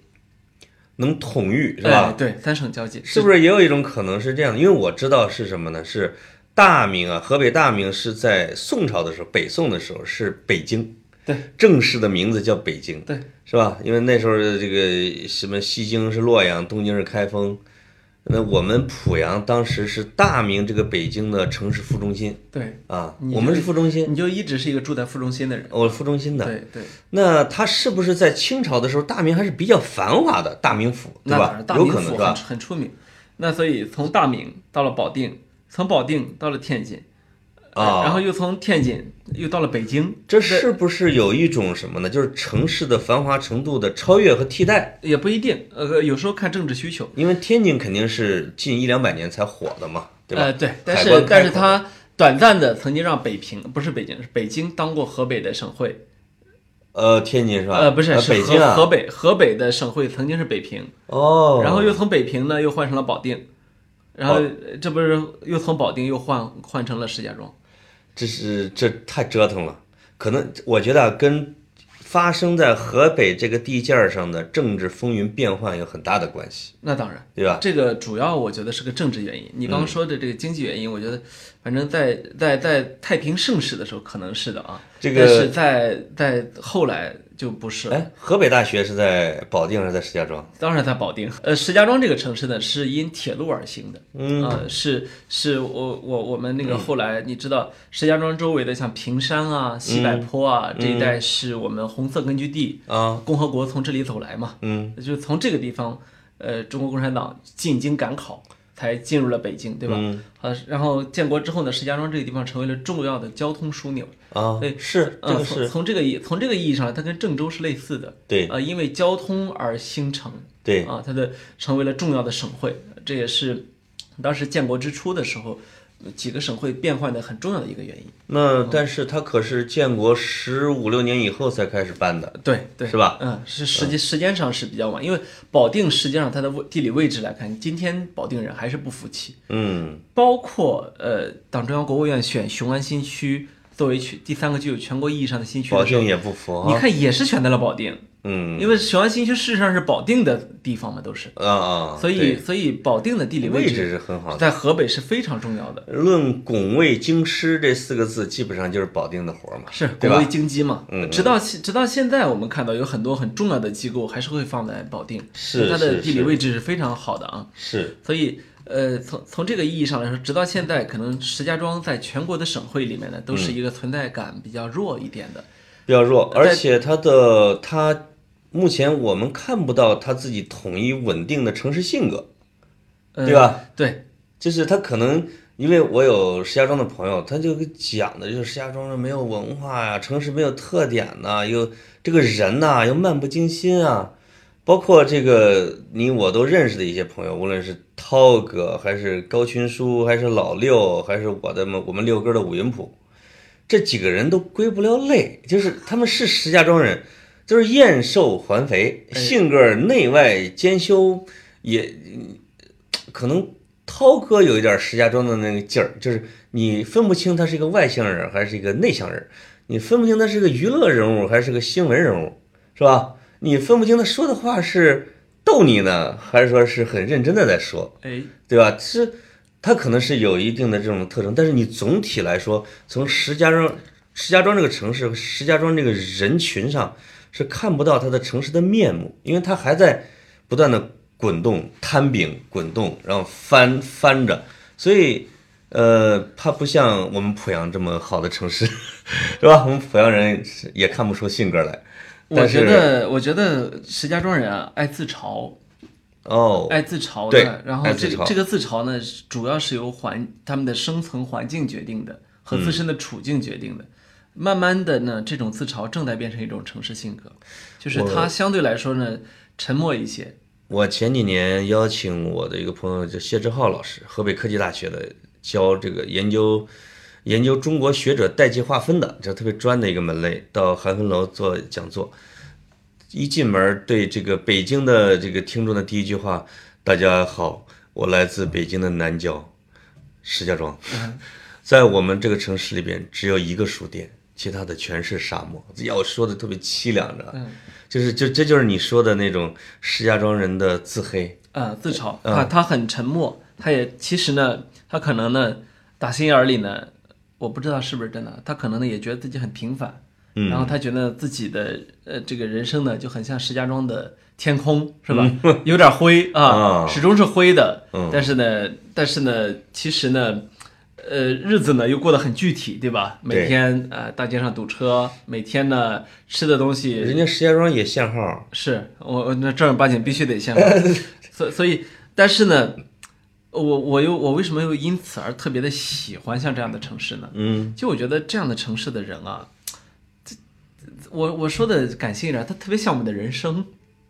S2: 能统御是
S1: 哎
S2: 吧？
S1: 对，三省交界
S2: 是不是也有一种可能是这样的？因为我知道是什么呢？是大名啊，河北大名是在宋朝的时候，北宋的时候是北京，
S1: 对，
S2: 正式的名字叫北京，
S1: 对，
S2: 是吧？因为那时候的这个什么西京是洛阳，东京是开封。那我们濮阳当时是大明这个北京的城市副中心
S1: 对，
S2: 啊
S1: 你，
S2: 我们是副中心，
S1: 你就一直是一个住在副中心的人。
S2: 我副中心的。
S1: 对对，
S2: 那他是不是在清朝的时候，大明还是比较繁华的大明府，对
S1: 那当
S2: 吧
S1: 然，？大
S2: 有
S1: 名
S2: 可能
S1: 府
S2: 是
S1: 很
S2: 吧？
S1: 很出名。那所以从大名到了保定，从保定到了天津，
S2: 啊
S1: 然后又从天津又到了北京，
S2: 这是不是有一种什么呢？就是城市的繁华程度的超越和替代？
S1: 也不一定。呃，有时候看政治需求。
S2: 因为天津肯定是近一两百年才火的嘛，对吧？
S1: 呃，对，但
S2: 海关
S1: 是
S2: 开
S1: 但是
S2: 口
S1: 它短暂的曾经让北平不是北京是北京当过河北的省会，
S2: 呃，天津是吧？
S1: 呃，不是是
S2: 北
S1: 河
S2: 京啊
S1: 河。北河北的省会曾经是北平，
S2: 哦，
S1: 然后又从北平呢又换成了保定，然后呃这不是又从保定又换换成了石家庄。
S2: 这是这太折腾了。可能我觉得啊，跟发生在河北这个地界儿上的政治风云变幻有很大的关系，
S1: 那当然。
S2: 对吧？嗯
S1: 这个主要我觉得是个政治原因。你刚刚说的这个经济原因，我觉得反正在在在太平盛世的时候可能是的啊，
S2: 这个
S1: 但是在在后来就不是了。
S2: 哎，河北大学是在保定还是在石家庄？
S1: 当然，在保定，呃，石家庄这个城市呢，是因铁路而兴的，嗯，呃，是是我我我们那
S2: 嗯
S1: 个后来，你知道，石家庄周围的像平山啊、西柏坡啊、这一带，是我们红色根据地
S2: 嗯啊，
S1: 共和国从这里走来嘛，
S2: 嗯，
S1: 就是从这个地方，呃，中国共产党进京赶考，才进入了北京，对吧？
S2: 嗯
S1: 呃，然后建国之后呢，石家庄这个地方成为了重要的交通枢纽。
S2: 啊，
S1: 对
S2: 是这
S1: 呃，
S2: 个
S1: 从
S2: 是
S1: 从这个意从这个意义上来，它跟郑州是类似的。
S2: 对
S1: 呃，因为交通而兴城。
S2: 对
S1: 啊，它的成为了重要的省会，这也是当时建国之初的时候，呃几个省会变换的很重要的一个原因。嗯
S2: 那但是它可是建国十五六年以后才开始办的，
S1: 对对，
S2: 是吧？
S1: 嗯，是时间时间上是比较晚，因为保定实际上它的位地理位置来看，今天保定人还是不服气，
S2: 嗯，
S1: 包括呃，党中央、国务院选雄安新区作为区第三个具有全国意义上的新区
S2: 保
S1: 的时候，
S2: 定也不服
S1: 你
S2: 啊，
S1: 看也是选在了保定，
S2: 嗯
S1: 因为雄安新区事实上是保定的地方嘛，都是，
S2: 啊啊，
S1: 所以所以保定的地理
S2: 对
S1: 位
S2: 位
S1: 置
S2: 置是很好的。
S1: 在河北是非常重要的，
S2: 论拱卫京师这四个字，基本上就是保定的活儿嘛，
S1: 是国
S2: 对吧嗯
S1: 卫？京基嘛。直到现直到现在，我们看到有很多很重要的机构还是会放在保定，
S2: 是
S1: 它的
S2: 是
S1: 地理
S2: 是
S1: 位置是非常好的啊。
S2: 是
S1: 所以，呃，从从这个意义上来说，直到现在，可能石家庄在全国的省会里面呢，都
S2: 嗯
S1: 是一个存在感比较弱一点的。
S2: 比较弱，
S1: 呃
S2: 而且它的它目前我们看不到它自己统一稳定的城市性格，
S1: 呃
S2: 对吧？
S1: 对，
S2: 就是他可能因为我有石家庄的朋友，他就讲的就是石家庄人没有文化呀、城市没有特点呐、又这个人呐、又漫不经心啊。包括这个你我都认识的一些朋友，无论是涛哥还是高群书，还是老六，还是我的们我们六哥的五云谱，这几个人都归不了类，就是他们是石家庄人，就是燕瘦还肥，性格内外兼修，也嗯可能涛哥有一点石家庄的那个劲儿，就是你分不清他是一个外向人还是一个内向人，你分不清他是个娱乐人物还是个新闻人物，是吧？你分不清他说的话是逗你呢，还是说是很认真的在说，
S1: 哎，
S2: 对吧？是，他可能是有一定的这种特征，但是你总体来说，从石家庄石家庄这个城市、石家庄这个人群上是看不到它的城市的面目，因为它还在不断的滚动、摊饼、滚动，然后翻翻着，所以。呃，它不像我们濮阳这么好的城市， 对吧？我们濮阳人是也看不出性格来。
S1: 我
S2: 但是
S1: 觉得我觉得石家庄人啊爱自嘲，
S2: 哦，
S1: 爱自嘲
S2: 对
S1: 的。然后
S2: 爱
S1: 这
S2: 自
S1: 个
S2: 嘲
S1: 这个自嘲呢，是主要是由环他们的生存环境决定的，和
S2: 嗯
S1: 自身的处境决定的。慢慢的呢，这种自嘲正在变成一种城市性格，就是它相对来说呢沉默一些。
S2: 我前几年邀请我的一个朋友，叫谢志浩老师，河北科技大学的，教这个研究研究中国学者代际划分的，这特别专的一个门类，到韩芬楼做讲座。一进门，对这个北京的这个听众的第一句话：“大家好，我来自北京的南郊，石家庄。在我们这个城市里边，只有一个书店，其他的全是沙漠。”要说的特别凄凉着，
S1: 嗯
S2: 就是就这就是你说的那种石家庄人的自黑。
S1: 呃，自嘲，他他很沉默，他也其实呢，他可能呢，打心眼儿里呢，我不知道是不是真的，他可能呢也觉得自己很平凡，然后他觉得自己的呃这个人生呢就很像石家庄的天空，是吧？有点灰啊，
S2: 啊
S1: 始终是灰的，但是呢，但是呢，其实呢。呃，日子呢又过得很具体，对吧？每
S2: 对
S1: 天呃，大街上堵车，每天呢吃的东西
S2: 人家石家庄也限号，
S1: 是我我那正儿八经必须得 先，所所以，但是呢，我我又我为什么又因此而特别的喜欢像这样的城市呢？
S2: 嗯，
S1: 就我觉得这样的城市的人啊，这我我说的感性一点，他特别像我们的人生，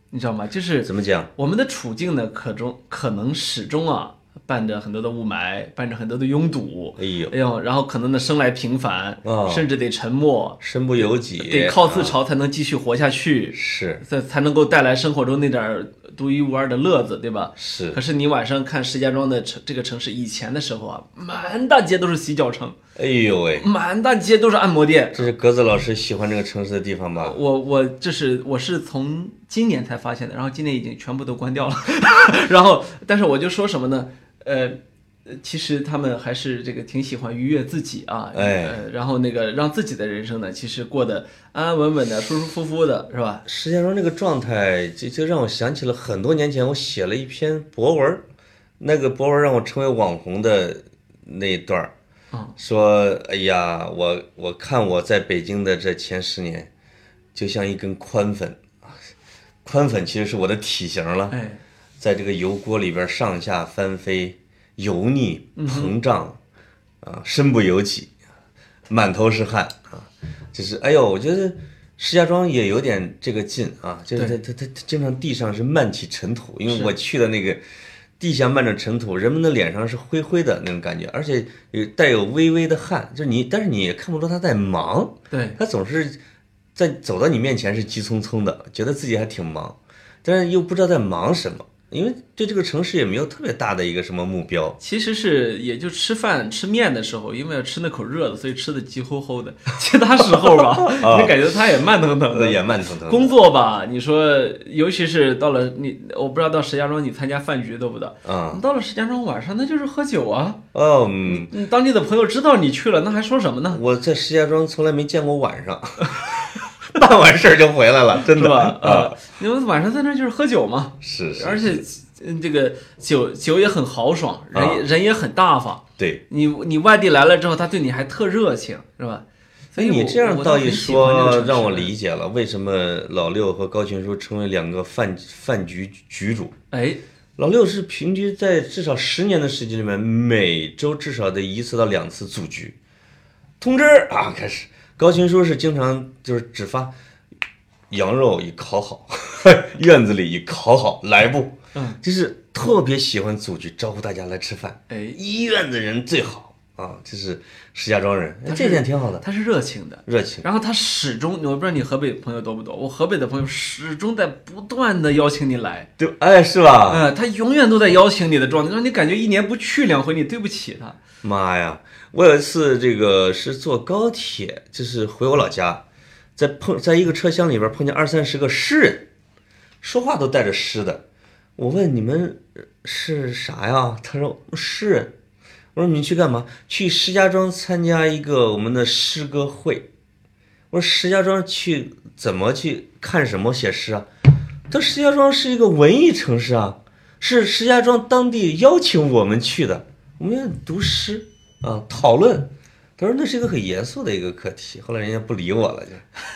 S1: 你知道吗？就是
S2: 怎么讲？
S1: 我们的处境呢，可中可能始终啊，伴着很多的雾霾，伴着很多的拥堵，
S2: 哎呦，
S1: 哎呦，然后可能呢生来平凡，
S2: 哦
S1: 甚至得沉默，
S2: 身不由己，
S1: 得靠自
S2: 啊
S1: 嘲才能继续活下去。
S2: 是
S1: 才才能够带来生活中那点儿独一无二的乐子，对吧？
S2: 是
S1: 可，是你晚上看石家庄的城这个城市，以前的时候啊，满大街都是洗脚城，
S2: 哎呦喂，
S1: 满大街都是按摩店。
S2: 这是格子老师喜欢这个城市的地方吧？
S1: 我我这是我是从今年才发现的，然后今年已经全部都关掉了。 然后，但是我就说什么呢？呃，呃其实他们还是这个挺喜欢愉悦自己啊，
S2: 哎
S1: 呃，然后那个让自己的人生呢，其实过得安安稳稳的、舒舒服服的，是吧？
S2: 石家庄这个状态，就就让我想起了很多年前我写了一篇博文儿，那个博文儿让我成为网红的那一段儿
S1: 嗯，
S2: 说哎呀，我我看我在北京的这前十年，就像一根宽粉，宽粉其实是我的体型了，
S1: 哎，
S2: 在这个油锅里边上下翻飞，油腻膨胀，啊，身不由己，满头是汗啊，就是哎呦，我觉得石家庄也有点这个劲啊，就是它它它它经常地上是漫起尘土，因为我去的那个地下漫着尘土，人们的脸上是灰灰的那种感觉，而且有带有微微的汗，就是你，但是你也看不出他在忙，
S1: 对，
S2: 他总是在走到你面前是急匆匆的，觉得自己还挺忙，但是又不知道在忙什么，因为对这个城市也没有特别大的一个什么目标。
S1: 其实是也就吃饭吃面的时候，因为要吃那口热的，所以吃的急吼吼的。 其他时候 吧，
S2: 啊
S1: 你感觉他也慢腾腾的。
S2: 也慢腾腾的，
S1: 工作吧，你说，尤其是到了你，我不知道到石家庄你参加饭局多不多？
S2: 啊，
S1: 你到了石家庄晚上那就是喝酒啊，
S2: 哦，嗯，
S1: 你当地的朋友知道你去了，那还说什么呢？
S2: 我在石家庄从来没见过晚上， 办完事儿就回来了，真
S1: 是
S2: 的
S1: 吧？啊，你们晚上在那就是喝酒嘛，
S2: 是是，
S1: 而且嗯这个酒酒也很豪爽，人也、
S2: 啊
S1: 人也很大方。
S2: 对。
S1: 你你外地来了之后，他对你还特热情，是吧？所
S2: 哎，
S1: 以我
S2: 你这样
S1: 我
S2: 倒
S1: 倒
S2: 一
S1: 很喜欢这个
S2: 说
S1: 城，市
S2: 让我理解了为什么老六和高群书成为两个饭饭局局主。
S1: 哎，
S2: 老六是平均在至少十年的时间里面，每周至少得一次到两次组局，通知啊开始。高群书是经常就是只发羊肉已烤好，院子里已烤好，来不？
S1: 嗯，
S2: 就是特别喜欢组局，招呼大家来吃饭。
S1: 哎，
S2: 医院的人最好啊，就是石家庄人，哎
S1: 他是
S2: 这点挺好的，
S1: 他是热情的，
S2: 热情。
S1: 然后他始终，我不知道你河北朋友多不多，我河北的朋友始终在不断的邀请你来，
S2: 对，哎，是吧？
S1: 呃，他永远都在邀请你的状态，让你感觉一年不去两回，你对不起他。
S2: 妈呀！我有一次这个是坐高铁，就是回我老家，在碰在一个车厢里边碰见二三十个诗人，说话都带着诗的。我问你们是啥呀？他说是。我说你们去干嘛？去石家庄参加一个我们的诗歌会。我说石家庄去怎么去看什么写诗啊？他说石家庄是一个文艺城市啊，是石家庄当地邀请我们去的，我们要读诗啊，讨论。他说那是一个很严肃的一个课题。后来人家不理我了，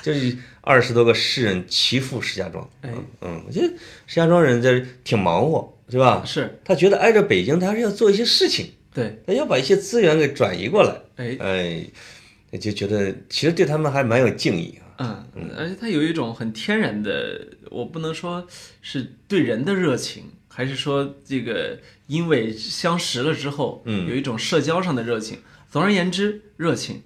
S2: 就就是二十多个诗人齐赴石家庄。
S1: 哎
S2: 嗯嗯，我觉得石家庄人这挺忙活，是吧？
S1: 是
S2: 他觉得挨着北京，他还是要做一些事情，
S1: 对，
S2: 他要把一些资源给转移过来。
S1: 哎，
S2: 哎，就觉得其实对他们还蛮有敬意啊。
S1: 嗯，而且它有一种很天然的，我不能说是对人的热情，还是说这个因为相识了之后，
S2: 嗯
S1: 有一种社交上的热情。总而言之，热情，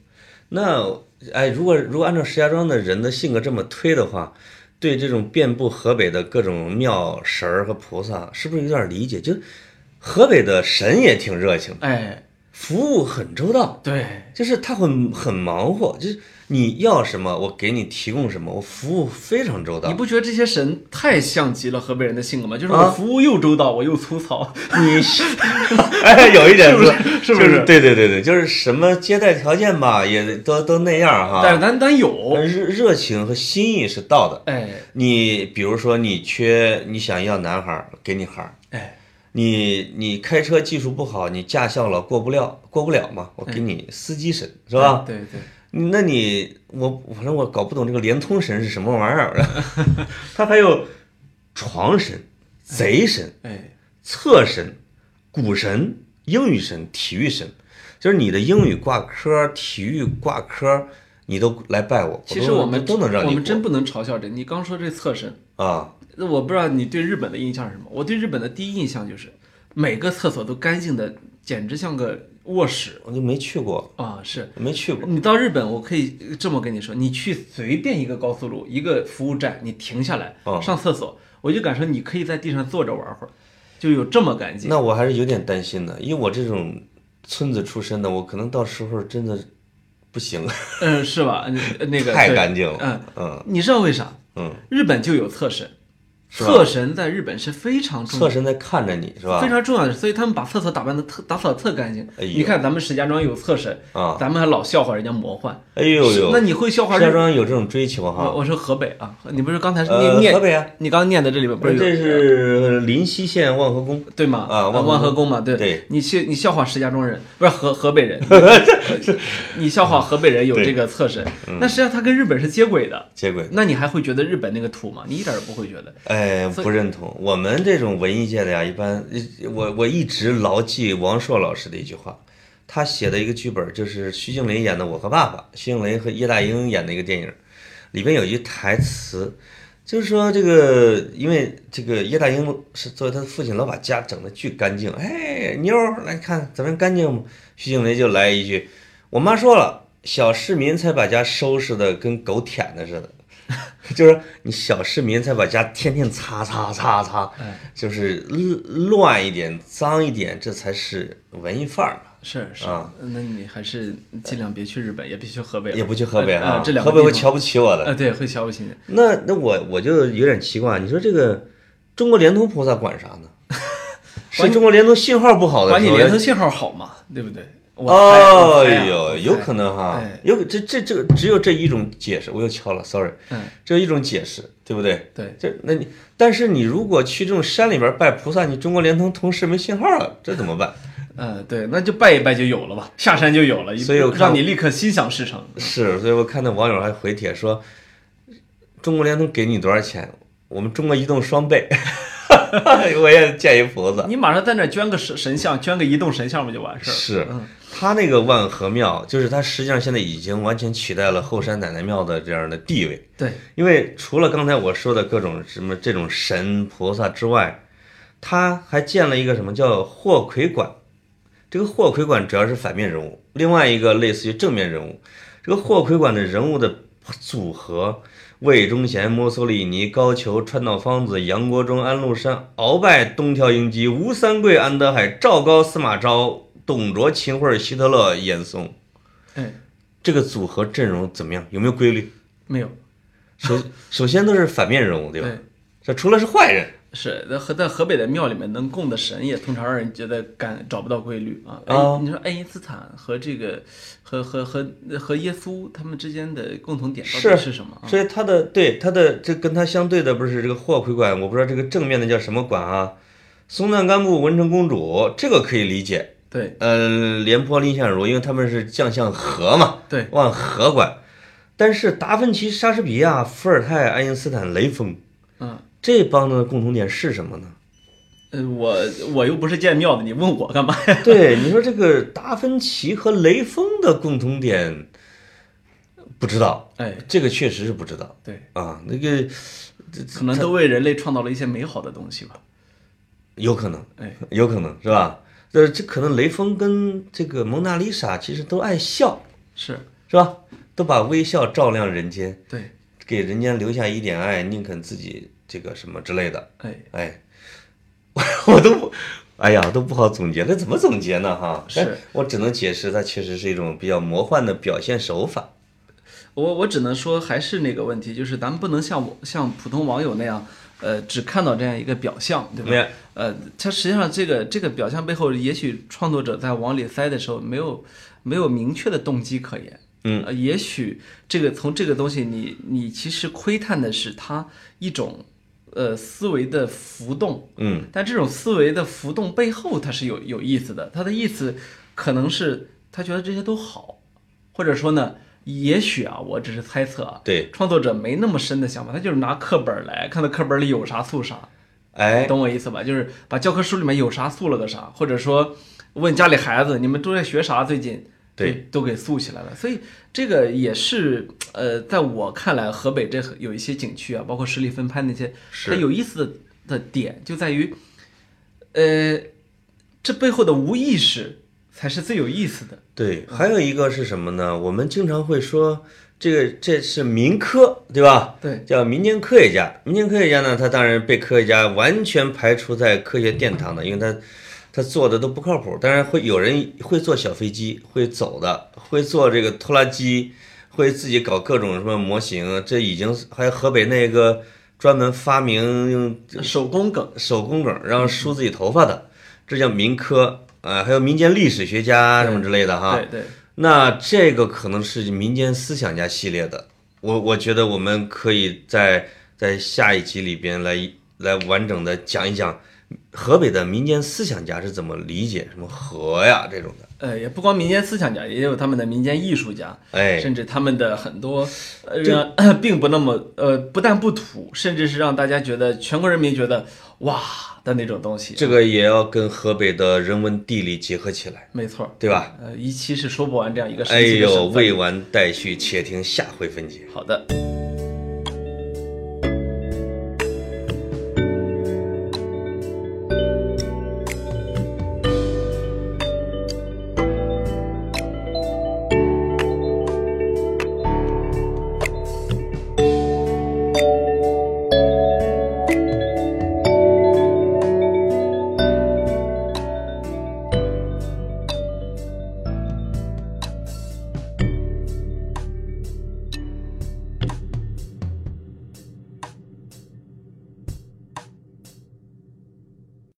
S2: 那哎，如果如果按照石家庄的人的性格这么推的话，对这种遍布河北的各种庙神儿和菩萨，是不是有点理解？就河北的神也挺热情，
S1: 哎，
S2: 服务很周到，
S1: 对，
S2: 就是他很很忙活，就是你要什么我给你提供什么，我服务非常周到
S1: 你。不觉得这些神太像极了河北人的性格吗？就是
S2: 啊
S1: 我服务又周到，我又粗糙，
S2: 你是， 哎，有一点
S1: 是不是是不
S2: 就是对对对对，就是什么接待条件吧，也都都那样哈。
S1: 但是咱咱有，
S2: 热热情和心意是到的。
S1: 哎
S2: 你比如说，你缺你想要男孩儿，给你孩儿；
S1: 哎，
S2: 你你开车技术不好，你驾校了过不了过不了嘛，我给你司机神、
S1: 嗯
S2: 是吧？
S1: 对对，
S2: 那你我反正我搞不懂这个联通神是什么玩意儿， 它还有床神、
S1: 嗯
S2: 贼神、
S1: 哎
S2: 侧神、股神、英语神、体育神，就是你的英语挂科、体育挂科，你都来拜我。
S1: 其实
S2: 都
S1: 我们
S2: 都能让你
S1: 我们
S2: 过
S1: 真不能嘲笑这。你刚说这侧身，
S2: 啊，
S1: 那我不知道你对日本的印象是什么？我对日本的第一印象就是每个厕所都干净的，简直像个卧室
S2: 我就没去过，
S1: 啊！是
S2: 我没去过。
S1: 你到日本，我可以呃这么跟你说，你去随便一个高速路、一个服务站，你停下来
S2: 哦
S1: 上厕所，我就敢说你可以在地上坐着玩会儿，就有这么干净。
S2: 那我还是有点担心的，因为我这种村子出身的，我可能到时候真的不行，
S1: 嗯，是吧？嗯那个
S2: 太
S1: 对
S2: 干净了。
S1: 嗯，
S2: 嗯
S1: 你知道为啥？
S2: 嗯，
S1: 日本就有侧神，
S2: 是吧
S1: 侧神在日本是非常重
S2: 侧身在看着你是吧
S1: 非？常重要的，所以他们把厕所打扮的特打扫得特干净。
S2: 哎呦
S1: 你看咱们石家庄有厕神，
S2: 啊
S1: 咱们还老笑话人家魔幻。
S2: 哎呦
S1: 是
S2: 呦，
S1: 那你会笑话
S2: 石家
S1: 日？
S2: 庄有这种追求
S1: 我
S2: 哈。
S1: 我说河北啊，你不是刚才
S2: 呃
S1: 你，念
S2: 河北啊，
S1: 你刚念的这里边不是有
S2: 这是临溪县望河宫。
S1: 对吗？
S2: 啊
S1: 万
S2: 万和宫
S1: 和宫嘛，对，
S2: 对
S1: 你去你笑话石家庄人，不是河河北 人，你笑话河北人有这个侧身，
S2: 嗯
S1: 那实际上他跟日本是接轨的。
S2: 接轨，
S1: 那你还会觉得日本那个土吗？你一点儿也不会觉得。
S2: 哎，不认同。我们这种文艺界的呀，一般我我一直牢记王朔老师的一句话，他写的一个剧本就是徐静蕾演的《我和爸爸》，徐静蕾和叶大鹰演的一个电影，里边有一句台词，就是说这个，因为这个叶大鹰是作为他的父亲，老把家整的巨干净。哎，妞儿来看咱们干净吗？徐静蕾就来一句，我妈说了，小市民才把家收拾的跟狗舔的似的。 就是你小市民才把家天天擦擦擦擦，
S1: 哎
S2: 就是乱一点、脏一点，这才是文艺范儿嘛。
S1: 是是
S2: 啊，
S1: 那你还是尽量别去日本，也别去河北了，
S2: 也不去河北
S1: 啊，
S2: 啊，
S1: 呃这两个
S2: 河北会
S1: 地方
S2: 瞧不起我的。
S1: 啊，对，会瞧不起你。
S2: 那那我我就有点奇怪，你说这个中国联通菩萨管啥呢？是中国联通信号不好的
S1: 管你
S2: 时候
S1: 联通信号好嘛，对不对？我猜我
S2: 哦
S1: 猜啊
S2: 呦，有可能哈
S1: 哎，
S2: 有这这这只有这一种解释，我又敲了，sorry，
S1: 嗯，
S2: 只有一种解释，对不对？
S1: 对，
S2: 这那你，但是你如果去这种山里边拜菩萨，你中国联通同时没信号了，这怎么办？
S1: 嗯，对，那就拜一拜就有了吧，下山就有了，
S2: 所以我看
S1: 让你立刻心想事成。
S2: 是， 所以我看到网友还回帖说，中国联通给你多少钱？我们中国移动双倍， 我也见一菩萨。
S1: 你马上在那儿捐个神神像，捐个移动神像不就完事儿了？
S2: 是
S1: 嗯，
S2: 他那个万和庙，就是他实际上现在已经完全取代了后山奶奶庙的这样的地位。
S1: 对，
S2: 因为除了刚才我说的各种什么这种神菩萨之外，他还建了一个什么叫霍葵馆。这个霍葵馆主要是反面人物，另外一个类似于正面人物。这个霍葵馆的人物的组合，魏忠贤、墨索里尼、高俅、川岛芳子、杨国忠、安禄山、鳌拜、东条英机、吴三桂、安德海、赵高、司马昭、董卓、秦桧、希特勒、严嵩，
S1: 哎，
S2: 这个组合阵容怎么样？有没有规律？
S1: 没有，
S2: 首首先都是反面人物，对吧？
S1: 对，
S2: 这除了是坏人
S1: 是，那河在河北的庙里面能供的神也通常让人觉得感找不到规律啊。哎
S2: 啊，
S1: 你说爱因斯坦和这个和和和和耶稣他们之间的共同点到底是什么啊？
S2: 所以他的对他的这跟他相对的不是这个霍奎管，我不知道这个正面的叫什么管啊。松赞干布、文成公主这个可以理解，
S1: 对
S2: 呃，廉颇、蔺相如，因为他们是将相和嘛，
S1: 对，
S2: 往和管。但是达芬奇、莎士比亚、伏尔泰、爱因斯坦、雷锋
S1: 嗯
S2: 这帮的共同点是什么呢？
S1: 呃，我我又不是建庙的，你问我干嘛呀？
S2: 对，你说这个达芬奇和雷锋的共同点，不知道，
S1: 哎，
S2: 这个确实是不知道
S1: 对，
S2: 啊。那个
S1: 可能都为人类创造了一些美好的东西吧。
S2: 有可能，
S1: 哎，
S2: 有可能是吧？呃，这可能雷锋跟这个蒙娜丽莎其实都爱笑，
S1: 是
S2: 是吧？都把微笑照亮人间，
S1: 对，
S2: 给人间留下一点爱，宁肯自己这个什么之类的。
S1: 哎，
S2: 哎， 我都不，哎呀，都不好总结，这怎么总结呢？哈，
S1: 是
S2: 哎我只能解释，它确实是一种比较魔幻的表现手法。
S1: 我我只能说还是那个问题，就是咱们不能像我像普通网友那样，呃，只看到这样一个表象，对吧？
S2: 没有
S1: 呃，它实际上这个这个表象背后，也许创作者在往里塞的时候，没有没有明确的动机可言。
S2: 嗯
S1: 呃，也许这个从这个东西你，你其实窥探的是它一种呃思维的浮动，
S2: 嗯，
S1: 但这种思维的浮动背后，它是有有意思的。它的意思可能是他觉得这些都好，或者说呢，也许啊，我只是猜测啊，
S2: 对，
S1: 创作者没那么深的想法，他就是拿课本来看到课本里有啥塑啥，
S2: 哎，
S1: 懂我意思吧？就是把教科书里面有啥塑了个啥，或者说问家里孩子你们都在学啥最近。
S2: 对
S1: 都，都给塑起来了，所以这个也是，呃，在我看来，河北这有一些景区啊，包括十里分拍那些，
S2: 是
S1: 它有意思的的点就在于，呃，这背后的无意识才是最有意思的。
S2: 对，还有一个是什么呢？我们经常会说，这个这是民科，对吧？
S1: 对，
S2: 叫民间科学家。民间科学家呢，他当然被科学家完全排除在科学殿堂的，因为他他做的都不靠谱。当然会有人会坐小飞机，会走的，会坐这个拖拉机，会自己搞各种什么模型。这已经还有河北那个专门发明用
S1: 手工梗，
S2: 手工梗，然后梳自己头发的，这叫民科。呃，还有民间历史学家什么之类的哈。
S1: 对对，
S2: 那这个可能是民间思想家系列的，我我觉得我们可以在在下一集里边来来完整的讲一讲河北的民间思想家是怎么理解什么河呀这种的。
S1: 呃，也不光民间思想家，也有他们的民间艺术家，
S2: 哎，
S1: 甚至他们的很多呃让 并不那么呃，不但不土，甚至是让大家觉得全国人民觉得哇的那种东西。
S2: 这个也要跟河北的人文地理结合起来，
S1: 没错，
S2: 对吧？
S1: 呃，一期是说不完这样一个神
S2: 哎
S1: 奇的
S2: 呦，
S1: 省份。
S2: 未完待续，且听下回分解。
S1: 好的。